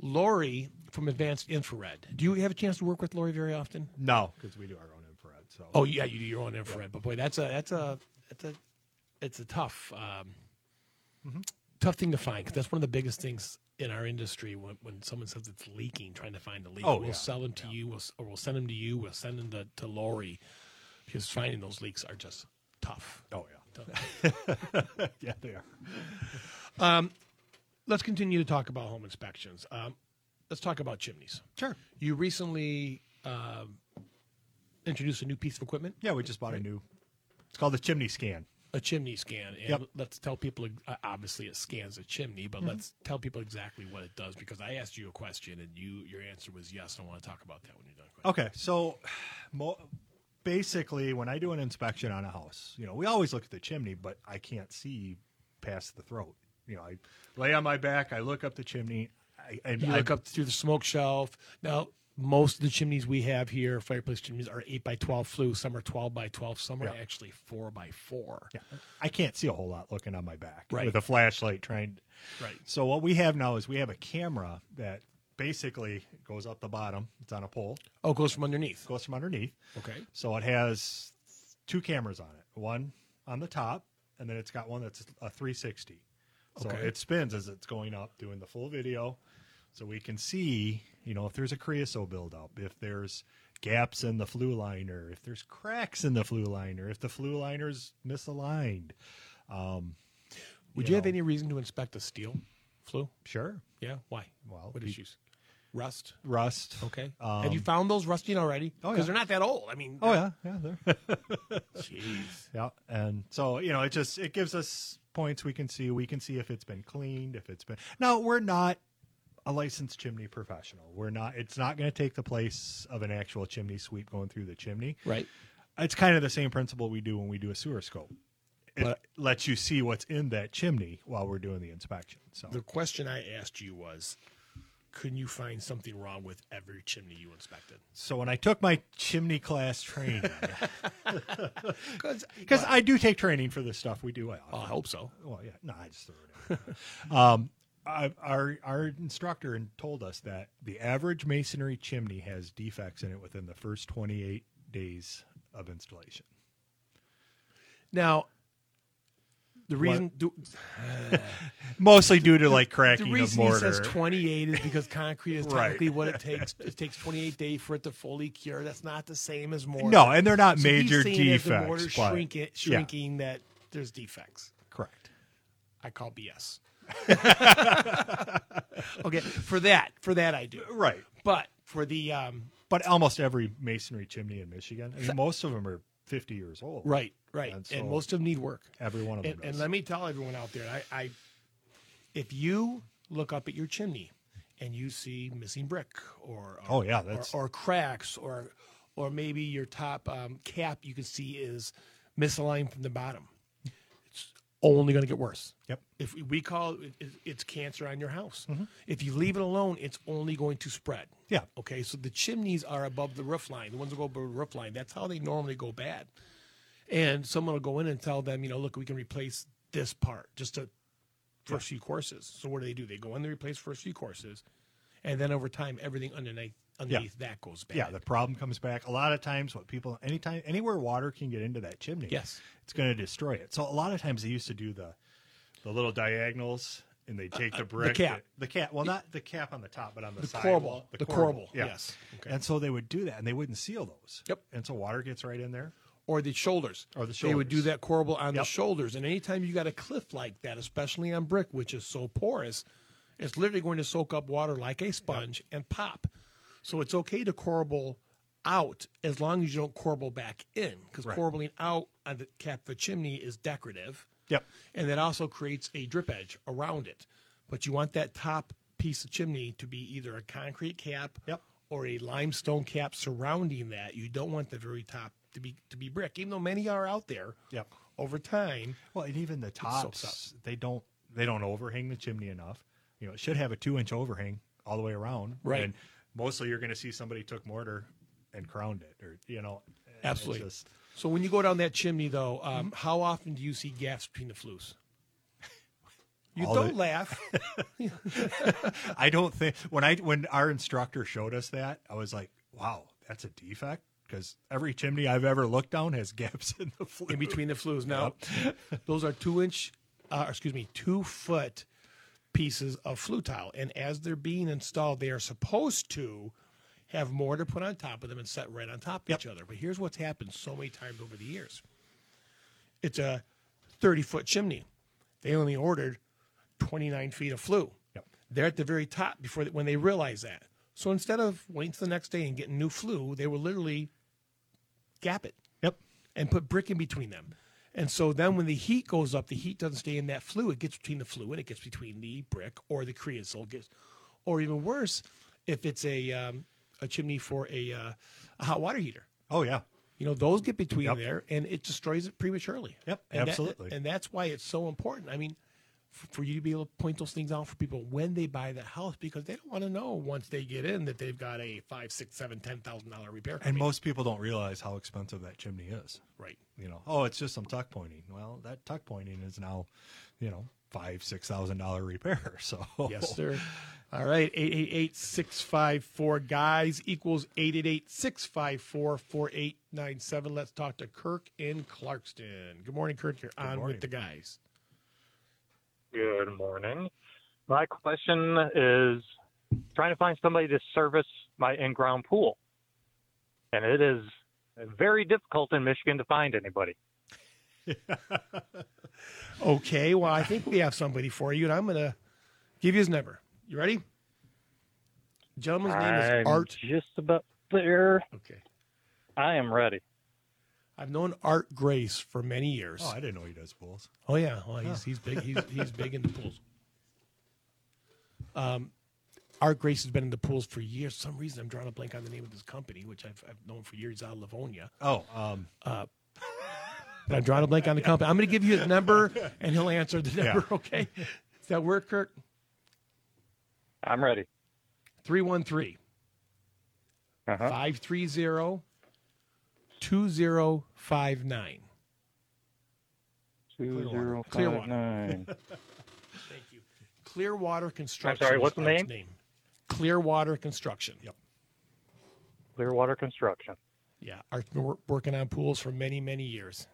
Lori from Advanced Infrared. Do you have a chance to work with Lori very often? No, because we do our own infrared. So Oh yeah, you do your own infrared, but boy, that's a that's a that's a it's a tough um, Mm-hmm. tough thing to find 'cause that's one of the biggest things in our industry when, when someone says it's leaking, trying to find the leak. Oh, we'll yeah, sell them to you, we'll, s- or we'll send them to you, we'll send them to, to Lori because finding those leaks are just tough. oh yeah, yeah they are. Let's continue to talk about home inspections. Um, let's talk about chimneys. Sure. You recently um, introduced a new piece of equipment. Yeah, we just bought a new. It's called the chimney scan. a chimney scan and Yep. Mm-hmm. let's tell people uh, obviously it scans a chimney but let's tell people exactly what it does because i asked you a question and you your answer was yes and i want to talk about that when you're done Go ahead. Okay, so mo- basically, when I do an inspection on a house, you know, we always look at the chimney, but I can't see past the throat. You know, I lay on my back, I look up the chimney, I, and you I look up through the smoke shelf now most of the chimneys we have here, fireplace chimneys, are eight by twelve flue. Some are twelve by twelve. Some are Yeah. actually four by four. Yeah. I can't see a whole lot looking on my back Right. with a flashlight trying. Right. So what we have now is we have a camera that basically goes up the bottom. It's on a pole, Oh, it goes from underneath. goes from underneath. Okay. So it has two cameras on it. One on the top, and then it's got one that's a 360. So Okay. it spins as it's going up, doing the full video. So we can see, you know, if there's a creosote buildup, if there's gaps in the flue liner, if there's cracks in the flue liner, if the flue liner's misaligned. Um, Would you, you have know. any reason to inspect a steel flue? sure. Yeah. Why? Well, What be- issues? Rust. Rust. Okay. Um, have you found those rusting already? Oh, yeah. they're not that old. I mean. Oh yeah, yeah, there. Jeez. yeah, and so you know, it just it gives us points we can see. We can see if it's been cleaned, if it's been. Now we're not a licensed chimney professional. We're not. It's not going to take the place of an actual chimney sweep going through the chimney. Right. It's kind of the same principle we do when we do a sewer scope. It But- lets you see what's in that chimney while we're doing the inspection. So The question I asked you was, could you find something wrong with every chimney you inspected? So when I took my chimney class training, Because because I do take training for this stuff, we do. I I hope so. well, yeah, no, I just threw it. Out. um, I, our our instructor and told us that the average masonry chimney has defects in it within the first 28 days of installation. Now, the reason do, Mostly due to like the cracking of reason he mortar. says 28 is because concrete is Right. technically what it takes. It takes 28 days for it to fully cure. That's not the same as mortar. no, and they're not So he's major saying as The defects. mortar's but- shrink it, yeah, shrinking that there's defects. correct. I call BS. okay, for that, for that I do. Right, But for the um, but almost every masonry chimney in Michigan, and most of them are 50 years old. right, right, And and, so- most of them need work. every one of them. And, does. and let me tell everyone out there, I, I, if you look up at your chimney and you see missing brick or, or Oh, yeah, that's- or, or cracks or or maybe your top um, cap you can see is misaligned from the bottom. It's only going to get worse. Yep. Mm-hmm. If we call it, it it's cancer on your house. If you leave it alone, it's only going to spread. Yeah. Okay, so the chimneys are above the roof line. The ones that go above the roof line, that's how they normally go bad. And someone will go in and tell them, you know, look, we can replace this part just to first few courses. So what do they do? They go in, they replace first few courses, and then over time, everything underneath underneath that goes bad. Yeah, the problem comes back. A lot of times, what people, anytime, anywhere water can get into that chimney, Yes. it's going to destroy it. So a lot of times they used to do the the little diagonals and they take the brick, Uh, cap. the cap. Well, not the cap on the top, but on the, the side corbel, wall. the corbel, yeah. yes. Okay. And so they would do that, and they wouldn't seal those. Yep. And so water gets right in there. or the shoulders. Or the They would do shoulders. that corbel on the Yep. shoulders. And anytime you got a cliff like that, especially on brick, which is so porous, it's literally going to soak up water like a sponge and pop. So it's okay to corbel out as long as you don't corbel back in, because Right. corbeling out on the cap of a chimney is decorative. Yep. And that also creates a drip edge around it. But you want that top piece of chimney to be either a concrete cap Yep. or a limestone cap surrounding that. You don't want the very top to be to be brick, even though many are out there Yep. over time. Well, and even the soaks tops, they don't they don't overhang the chimney enough. You know, it should have a two inch overhang all the way around. Right. And mostly, you're going to see somebody took mortar and crowned it, or you know, it's Absolutely. just- So when you go down that chimney, though, um, Mm-hmm. how often do you see gaps between the flues? You All don't the- laugh. I don't think when I when our instructor showed us that, I was like, wow, that's a defect because every chimney I've ever looked down has gaps in the flue. in between the flues. Now, those are two inch, uh, excuse me, two foot pieces of flue tile, and as they're being installed, they are supposed to have mortar put on top of them and set right on top of each other. But here's what's happened so many times over the years: it's a thirty foot chimney. They only ordered twenty nine feet of flue. Yep. They're at the very top before when they realize that. So instead of waiting to the next day and getting new flue, they were literally gap it Yep. and put brick in between them. And so then when the heat goes up, the heat doesn't stay in that flue. It gets between the flue and it gets between the brick or the creosote. Gets, or even worse, if it's a, um, a chimney for a, uh, a hot water heater. Oh yeah. You know, those get between Yep. there and it destroys it prematurely. Yep, And that- absolutely. and that's why it's so important. I mean, f- for you to be able to point those things out for people when they buy the house because they don't want to know once they get in that they've got a five, six, seven, ten thousand dollar repair. And company. most people don't realize how expensive that chimney is. right, You know, oh, it's just some tuck pointing. Well, that tuck pointing is now, you know, five six thousand dollar repair. So oh, yes, sir. All right, 888 654 guys equals 888 654 4897. Let's talk to Kirk in Clarkston. Good morning, Kirk. You're on morning. with the guys. Good morning. My question is trying to find somebody to service my in ground pool. And it is very difficult in Michigan to find anybody. Okay, well, I think we have somebody for you, and I'm going to give you his number. You ready? Gentleman's name I'm is Art. Just about there. Okay. I am ready. I've known Art Grace for many years. Oh, I didn't know he does pools. Oh yeah, well, he's he's big. He's he's big into pools. Um, Art Grace has been in the pools for years. For some reason, I'm drawing a blank on the name of his company, which I've, I've known for years out of Livonia. Oh, um, But I'm drawing a blank on the company. I'm going to give you his number, and he'll answer the Yeah. number. Okay, does that work, Kirk? I'm ready. 313 Uh-huh. 530 2059. Clearwater. 2059. Thank you. Clearwater Construction. sorry, is what's the Art's name? Clearwater Construction. Yep. Clearwater Construction. Yeah, Art's been wor- working on pools for many, many years.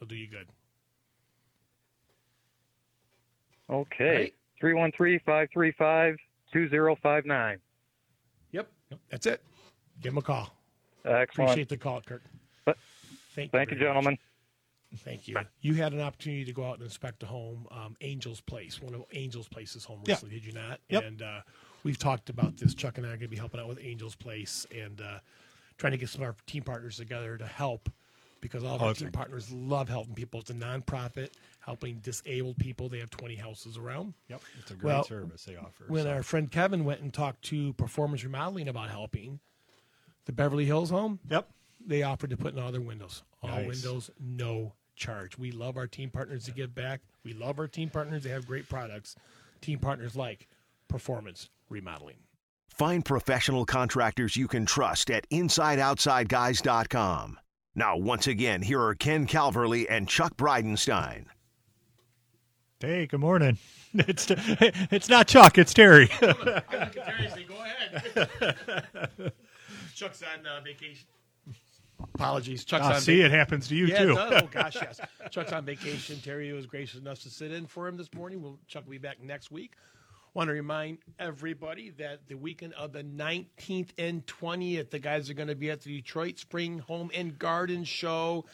He'll do you good. Okay. 313 535 2059. Yep. That's it. Give him a call. Excellent. Appreciate the call, Kirk. But- thank, Thank you, very much. gentlemen. Thank you. You had an opportunity to go out and inspect a home, um, Angel's Place, one of Angel's Place's home Yeah. recently, did you not? Yep. And uh, we've talked about this. Chuck and I are going to be helping out with Angel's Place and uh, trying to get some of our team partners together to help because all of Oh, our Okay. team partners love helping people. It's a nonprofit helping disabled people. They have 20 houses around. yep, it's a great Well, service they offer. when so. our friend Kevin went and talked to Performance Remodeling about helping the Beverly Hills home, yep, they offered to put in all their windows. All Nice. windows, no charge. We love our team partners to give back. We love our team partners. They have great products. Team partners like Performance Remodeling. Find professional contractors you can trust at InsideOutsideGuys.com. Now, once again, here are Ken Calverley and Chuck Bridenstine. hey, good morning. It's it's not Chuck, it's Terry. go ahead. Chuck's on uh, vacation. Apologies. Chuck's Ah, on see, it happens to you Yeah, it too. does. Oh gosh, yes. Chuck's on vacation. Terry was gracious enough to sit in for him this morning. We'll Chuck will be back next week. Want to remind everybody that the weekend of the 19th and 20th, the guys are going to be at the Detroit Spring Home and Garden Show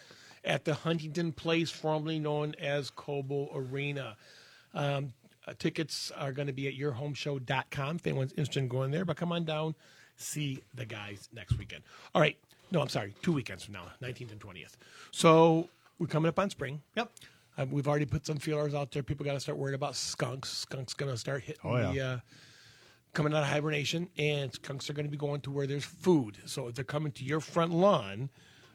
at the Huntington Place, formerly known as Cobo Arena. Um, uh, tickets are going to be at yourhomeshow.com if anyone's interested in going there. But come on down, see the guys next weekend. All right. No, I'm sorry. Two weekends from now, 19th and 20th. So we're coming up on spring. Yep. Um, we've already put some feelers out there. People got to start worried about skunks. Skunks going to start hitting Oh, yeah. the. Uh, coming out of hibernation, and skunks are going to be going to where there's food. So if they're coming to your front lawn,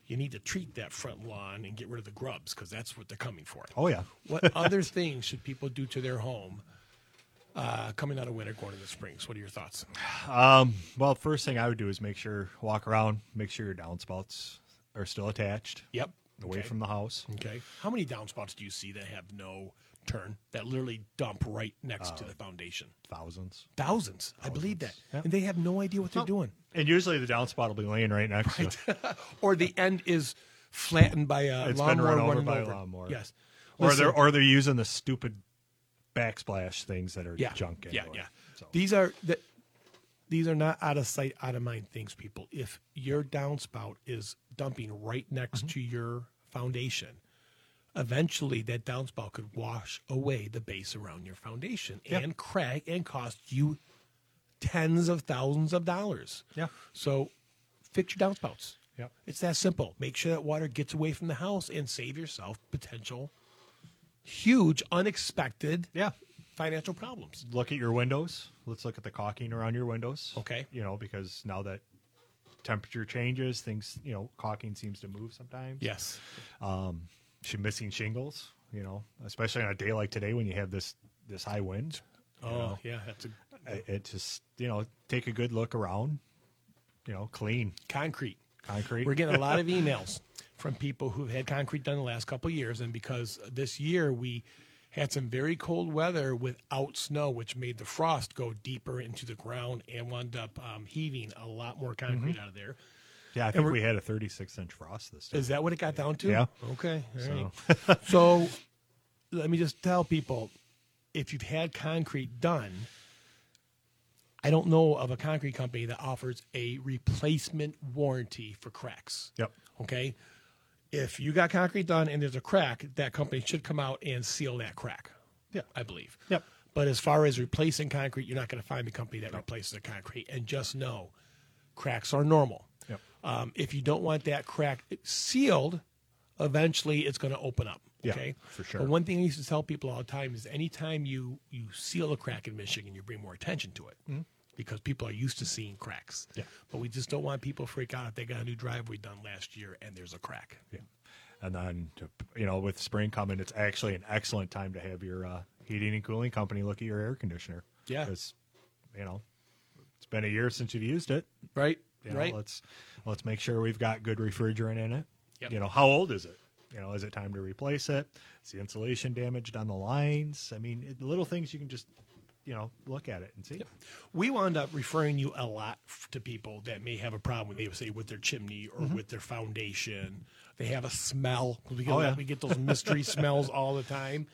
you need to treat that front lawn and get rid of the grubs because that's what they're coming for. Oh yeah, What other things should people do to their home uh, coming out of winter, going into the springs? What are your thoughts? Um, well, first thing I would do is make sure walk around, make sure your downspouts are still attached, Yep. away Okay. from the house. Okay. How many downspouts do you see that have no turn that literally dump right next to the foundation? Thousands. Thousands. I believe that. Uh, thousands. Yep. And they have no idea what they're doing. And usually the downspout will be laying right next to it. Or the end is flattened by a It's been lawnmower run over running by a lawnmower. Yes. or Listen- they're or they're using the stupid backsplash things that are yeah, junk. Yeah, anyway. yeah. So, These are that. These are not out of sight, out of mind things, people. If your downspout is dumping right next Mm-hmm. to your foundation, eventually that downspout could wash away the base around your foundation and crack and cost you tens of thousands of dollars. yeah, So fix your downspouts. yeah. It's that simple. Make sure that water gets away from the house and save yourself potential huge, unexpected Yeah. financial problems. Look at your windows. Let's look at the caulking around your windows. Okay. You know, because now that temperature changes, things you know, caulking seems to move sometimes. Yes. um, she missing shingles. You know, especially on a day like today when you have this this high wind. Oh, yeah, that's a I- It just you know take a good look around. You know, clean concrete. concrete. We're getting a lot of emails from people who've had concrete done the last couple of years, and because this year we had some very cold weather without snow, which made the frost go deeper into the ground and wound up um, heaving a lot more concrete out of there. yeah, I think we had a 36 inch frost this time. Is that what it got down to? Yeah. Okay. all right. So, So let me just tell people if you've had concrete done, I don't know of a concrete company that offers a replacement warranty for cracks. yep. Okay. If you got concrete done and there's a crack, that company should come out and seal that crack. Yeah. I believe. Yep. But as far as replacing concrete, you're not going to find a company that replaces the concrete. And just know cracks are normal. Yep. Um, if you don't want that crack sealed, eventually it's going to open up. Yeah, okay? for sure. But one thing I used to tell people all the time is anytime you, you seal a crack in Michigan, you bring more attention to it because people are used to seeing cracks. Mm-hmm. Yeah. But we just don't want people to freak out if they got a new driveway done last year and there's a crack. Yeah. And then, to- you know, with spring coming, it's actually an excellent time to have your uh, heating and cooling company look at your air conditioner. Yeah. Because, you know, it's been a year since you've used it. Right? You know, right? Let's let's make sure we've got good refrigerant in it. Yep. You know, how old is it? You know, is it time to replace it? Is the insulation damaged on the lines? I mean, it, little things you can just, you know, look at it and see. we wound up referring you a lot f- to people that may have a problem with, they would say, with their chimney or with their foundation. They have a smell. We get, Oh, yeah. we get those mystery smells all the time.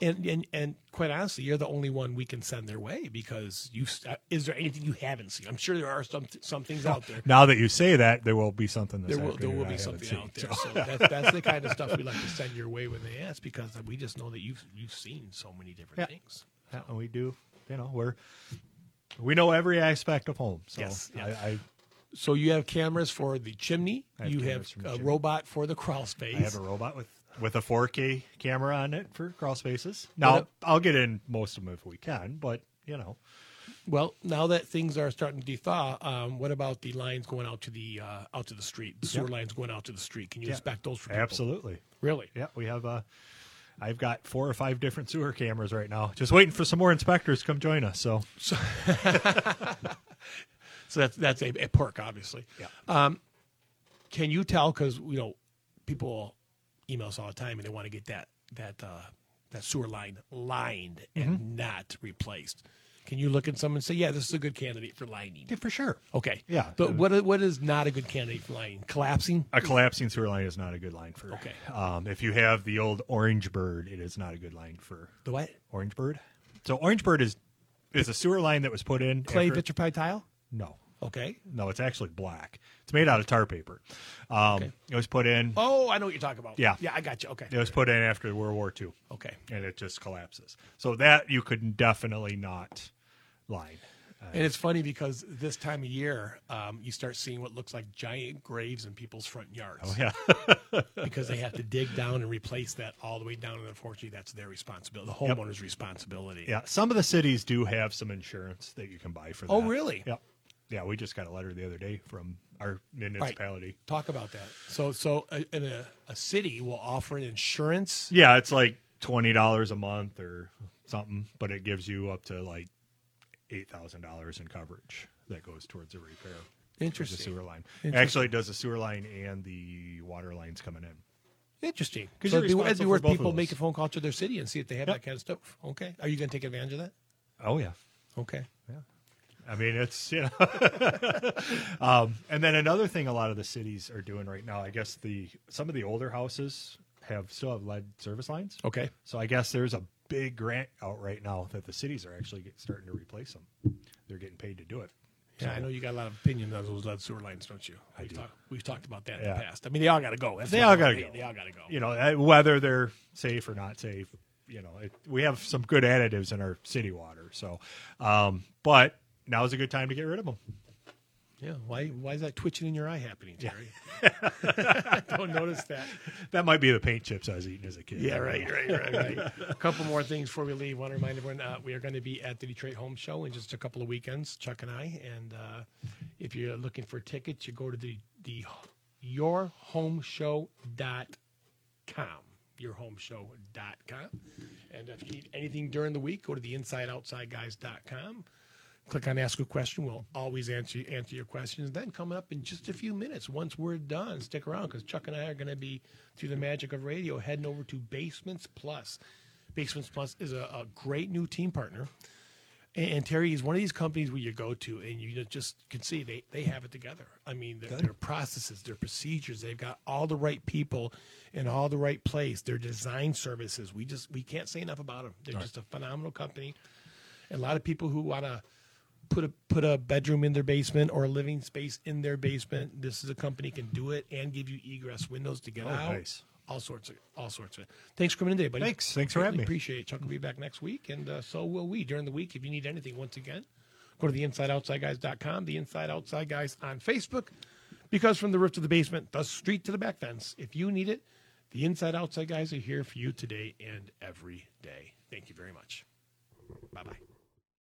And, and and quite honestly, you're the only one we can send their way because you. Uh, is there anything you haven't seen? I'm sure there are some some things out there. Now that you say that, there will be something. This There will, there afternoon will I be haven't something seen, out so. there. So that's, that's the kind of stuff we like to send your way when they ask because we just know that you've you've seen so many different Yeah. things. Yeah, and we do. You know, we're we know every aspect of home. So Yes, yeah. I, I, So you have cameras for the chimney. I have you have cameras for the a chimney. robot for the crawl space. I have a robot with with a 4K camera on it for crawl spaces. Now What I'll get in most of them if we can, but you know, Well, now that things are starting to thaw, um, what about the lines going out to the uh, out to the street? The sewer lines going out to the street. Can you Yeah. inspect those for people? absolutely. Really? Yeah, we have. Uh, I've got four or five different sewer cameras right now, just waiting for some more inspectors to come join us. So So that's that's a, a perk, obviously. Yeah. Um, can you tell? Because you know, people email us all the time, and they want to get that that uh, that sewer line lined Mm-hmm. and not replaced. Can you look at someone and say, "Yeah, this is a good candidate for lining"? yeah, for sure, Okay. Yeah. But what i- what is not a good candidate for lining? Collapsing. a collapsing sewer line is not a good line for. Okay. Um, if you have the old orange bird, it is not a good line for The what? Orange Bird. So Orange Bird is is a sewer line that was put in Clay after- vitrified tile. No, Okay. no, it's actually black. It's made out of tar paper. Um, It was put in. Oh, I know what you're talking about. Yeah. Yeah, I got you. Okay. It was put in after World War II, Okay. and it just collapses. So that you could definitely not line. And it's funny because this time of year, um, you start seeing what looks like giant graves in people's front yards. Yeah, because they have to dig down and replace that all the way down. And unfortunately, that's their responsibility, the homeowner's responsibility. yeah. Some of the cities do have some insurance that you can buy for that. Oh, really? Yep. Yeah, we just got a letter the other day from our municipality. Talk about that. So, so a, in a, a city will offer an insurance. Yeah, it's like twenty dollars a month or something, but it gives you up to like eight thousand dollars in coverage that goes towards the repair. of The Interesting. sewer line Interesting. actually it does the sewer line and the water lines coming in. Interesting. 'Cause So you're it'd be, it'd be responsible worth for both of people those. make a phone call to their city and see if they have Yep. that kind of stuff. Okay. Are you going to take advantage of that? Oh yeah, Okay. I mean it's you know. um, and then another thing, a lot of the cities are doing right now. I guess the some of the older houses have still have lead service lines. Okay. So I guess there's a big grant out right now that the cities are actually get, starting to replace them. They're getting paid to do it. Yeah, I know you got a lot of opinion on those lead sewer lines, don't you? We've, do. Talked, we've talked about that in Yeah. the past. I mean, they all got to go. That's They not one. all gotta They- go. They all got to go. you know uh, whether they're safe or not safe you know it, we have some good additives in our city water so um but now is a good time to get rid of them Yeah. Why? Why is that twitching in your eye happening, Terry? Don't notice that. that might be the paint chips i was eating as a kid Yeah, right, right, right, right. a couple more things before we leave. want to remind everyone uh, we are going to be at the Detroit Home Show in just a couple of weekends, Chuck and I. And uh, if you're looking for tickets, you go to the the yourhomeshow.com. yourhomeshow.com. And if you need anything during the week, go to the insideoutsideguys.com. Click on Ask a Question. We'll always answer answer your questions. Then coming up in just a few minutes, once we're done, stick around because Chuck and I are going to be through the magic of radio, heading over to Basements Plus. Basements Plus is a, a great new team partner. And, and Terry is one of these companies where you go to and you just can see they, they have it together. I mean, their, their processes, their procedures, they've got all the right people in all the right place. Their design services, we just we can't say enough about them. They're Right. just a phenomenal company. And a lot of people who want to put a put a bedroom in their basement or a living space in their basement. This is a company can do it and give you egress windows to get Oh, out. nice. All sorts of all sorts of. Thanks for coming in today, buddy. Thanks. Thanks for having me. Appreciate it. Chuck will be back next week, and uh, so will we during the week. If you need anything, once again, go to the InsideOutsideGuys.com, the Inside Outside Guys on Facebook, because from the roof to the basement, the street to the back fence, if you need it, the Inside Outside Guys are here for you today and every day. Thank you very much. Bye bye.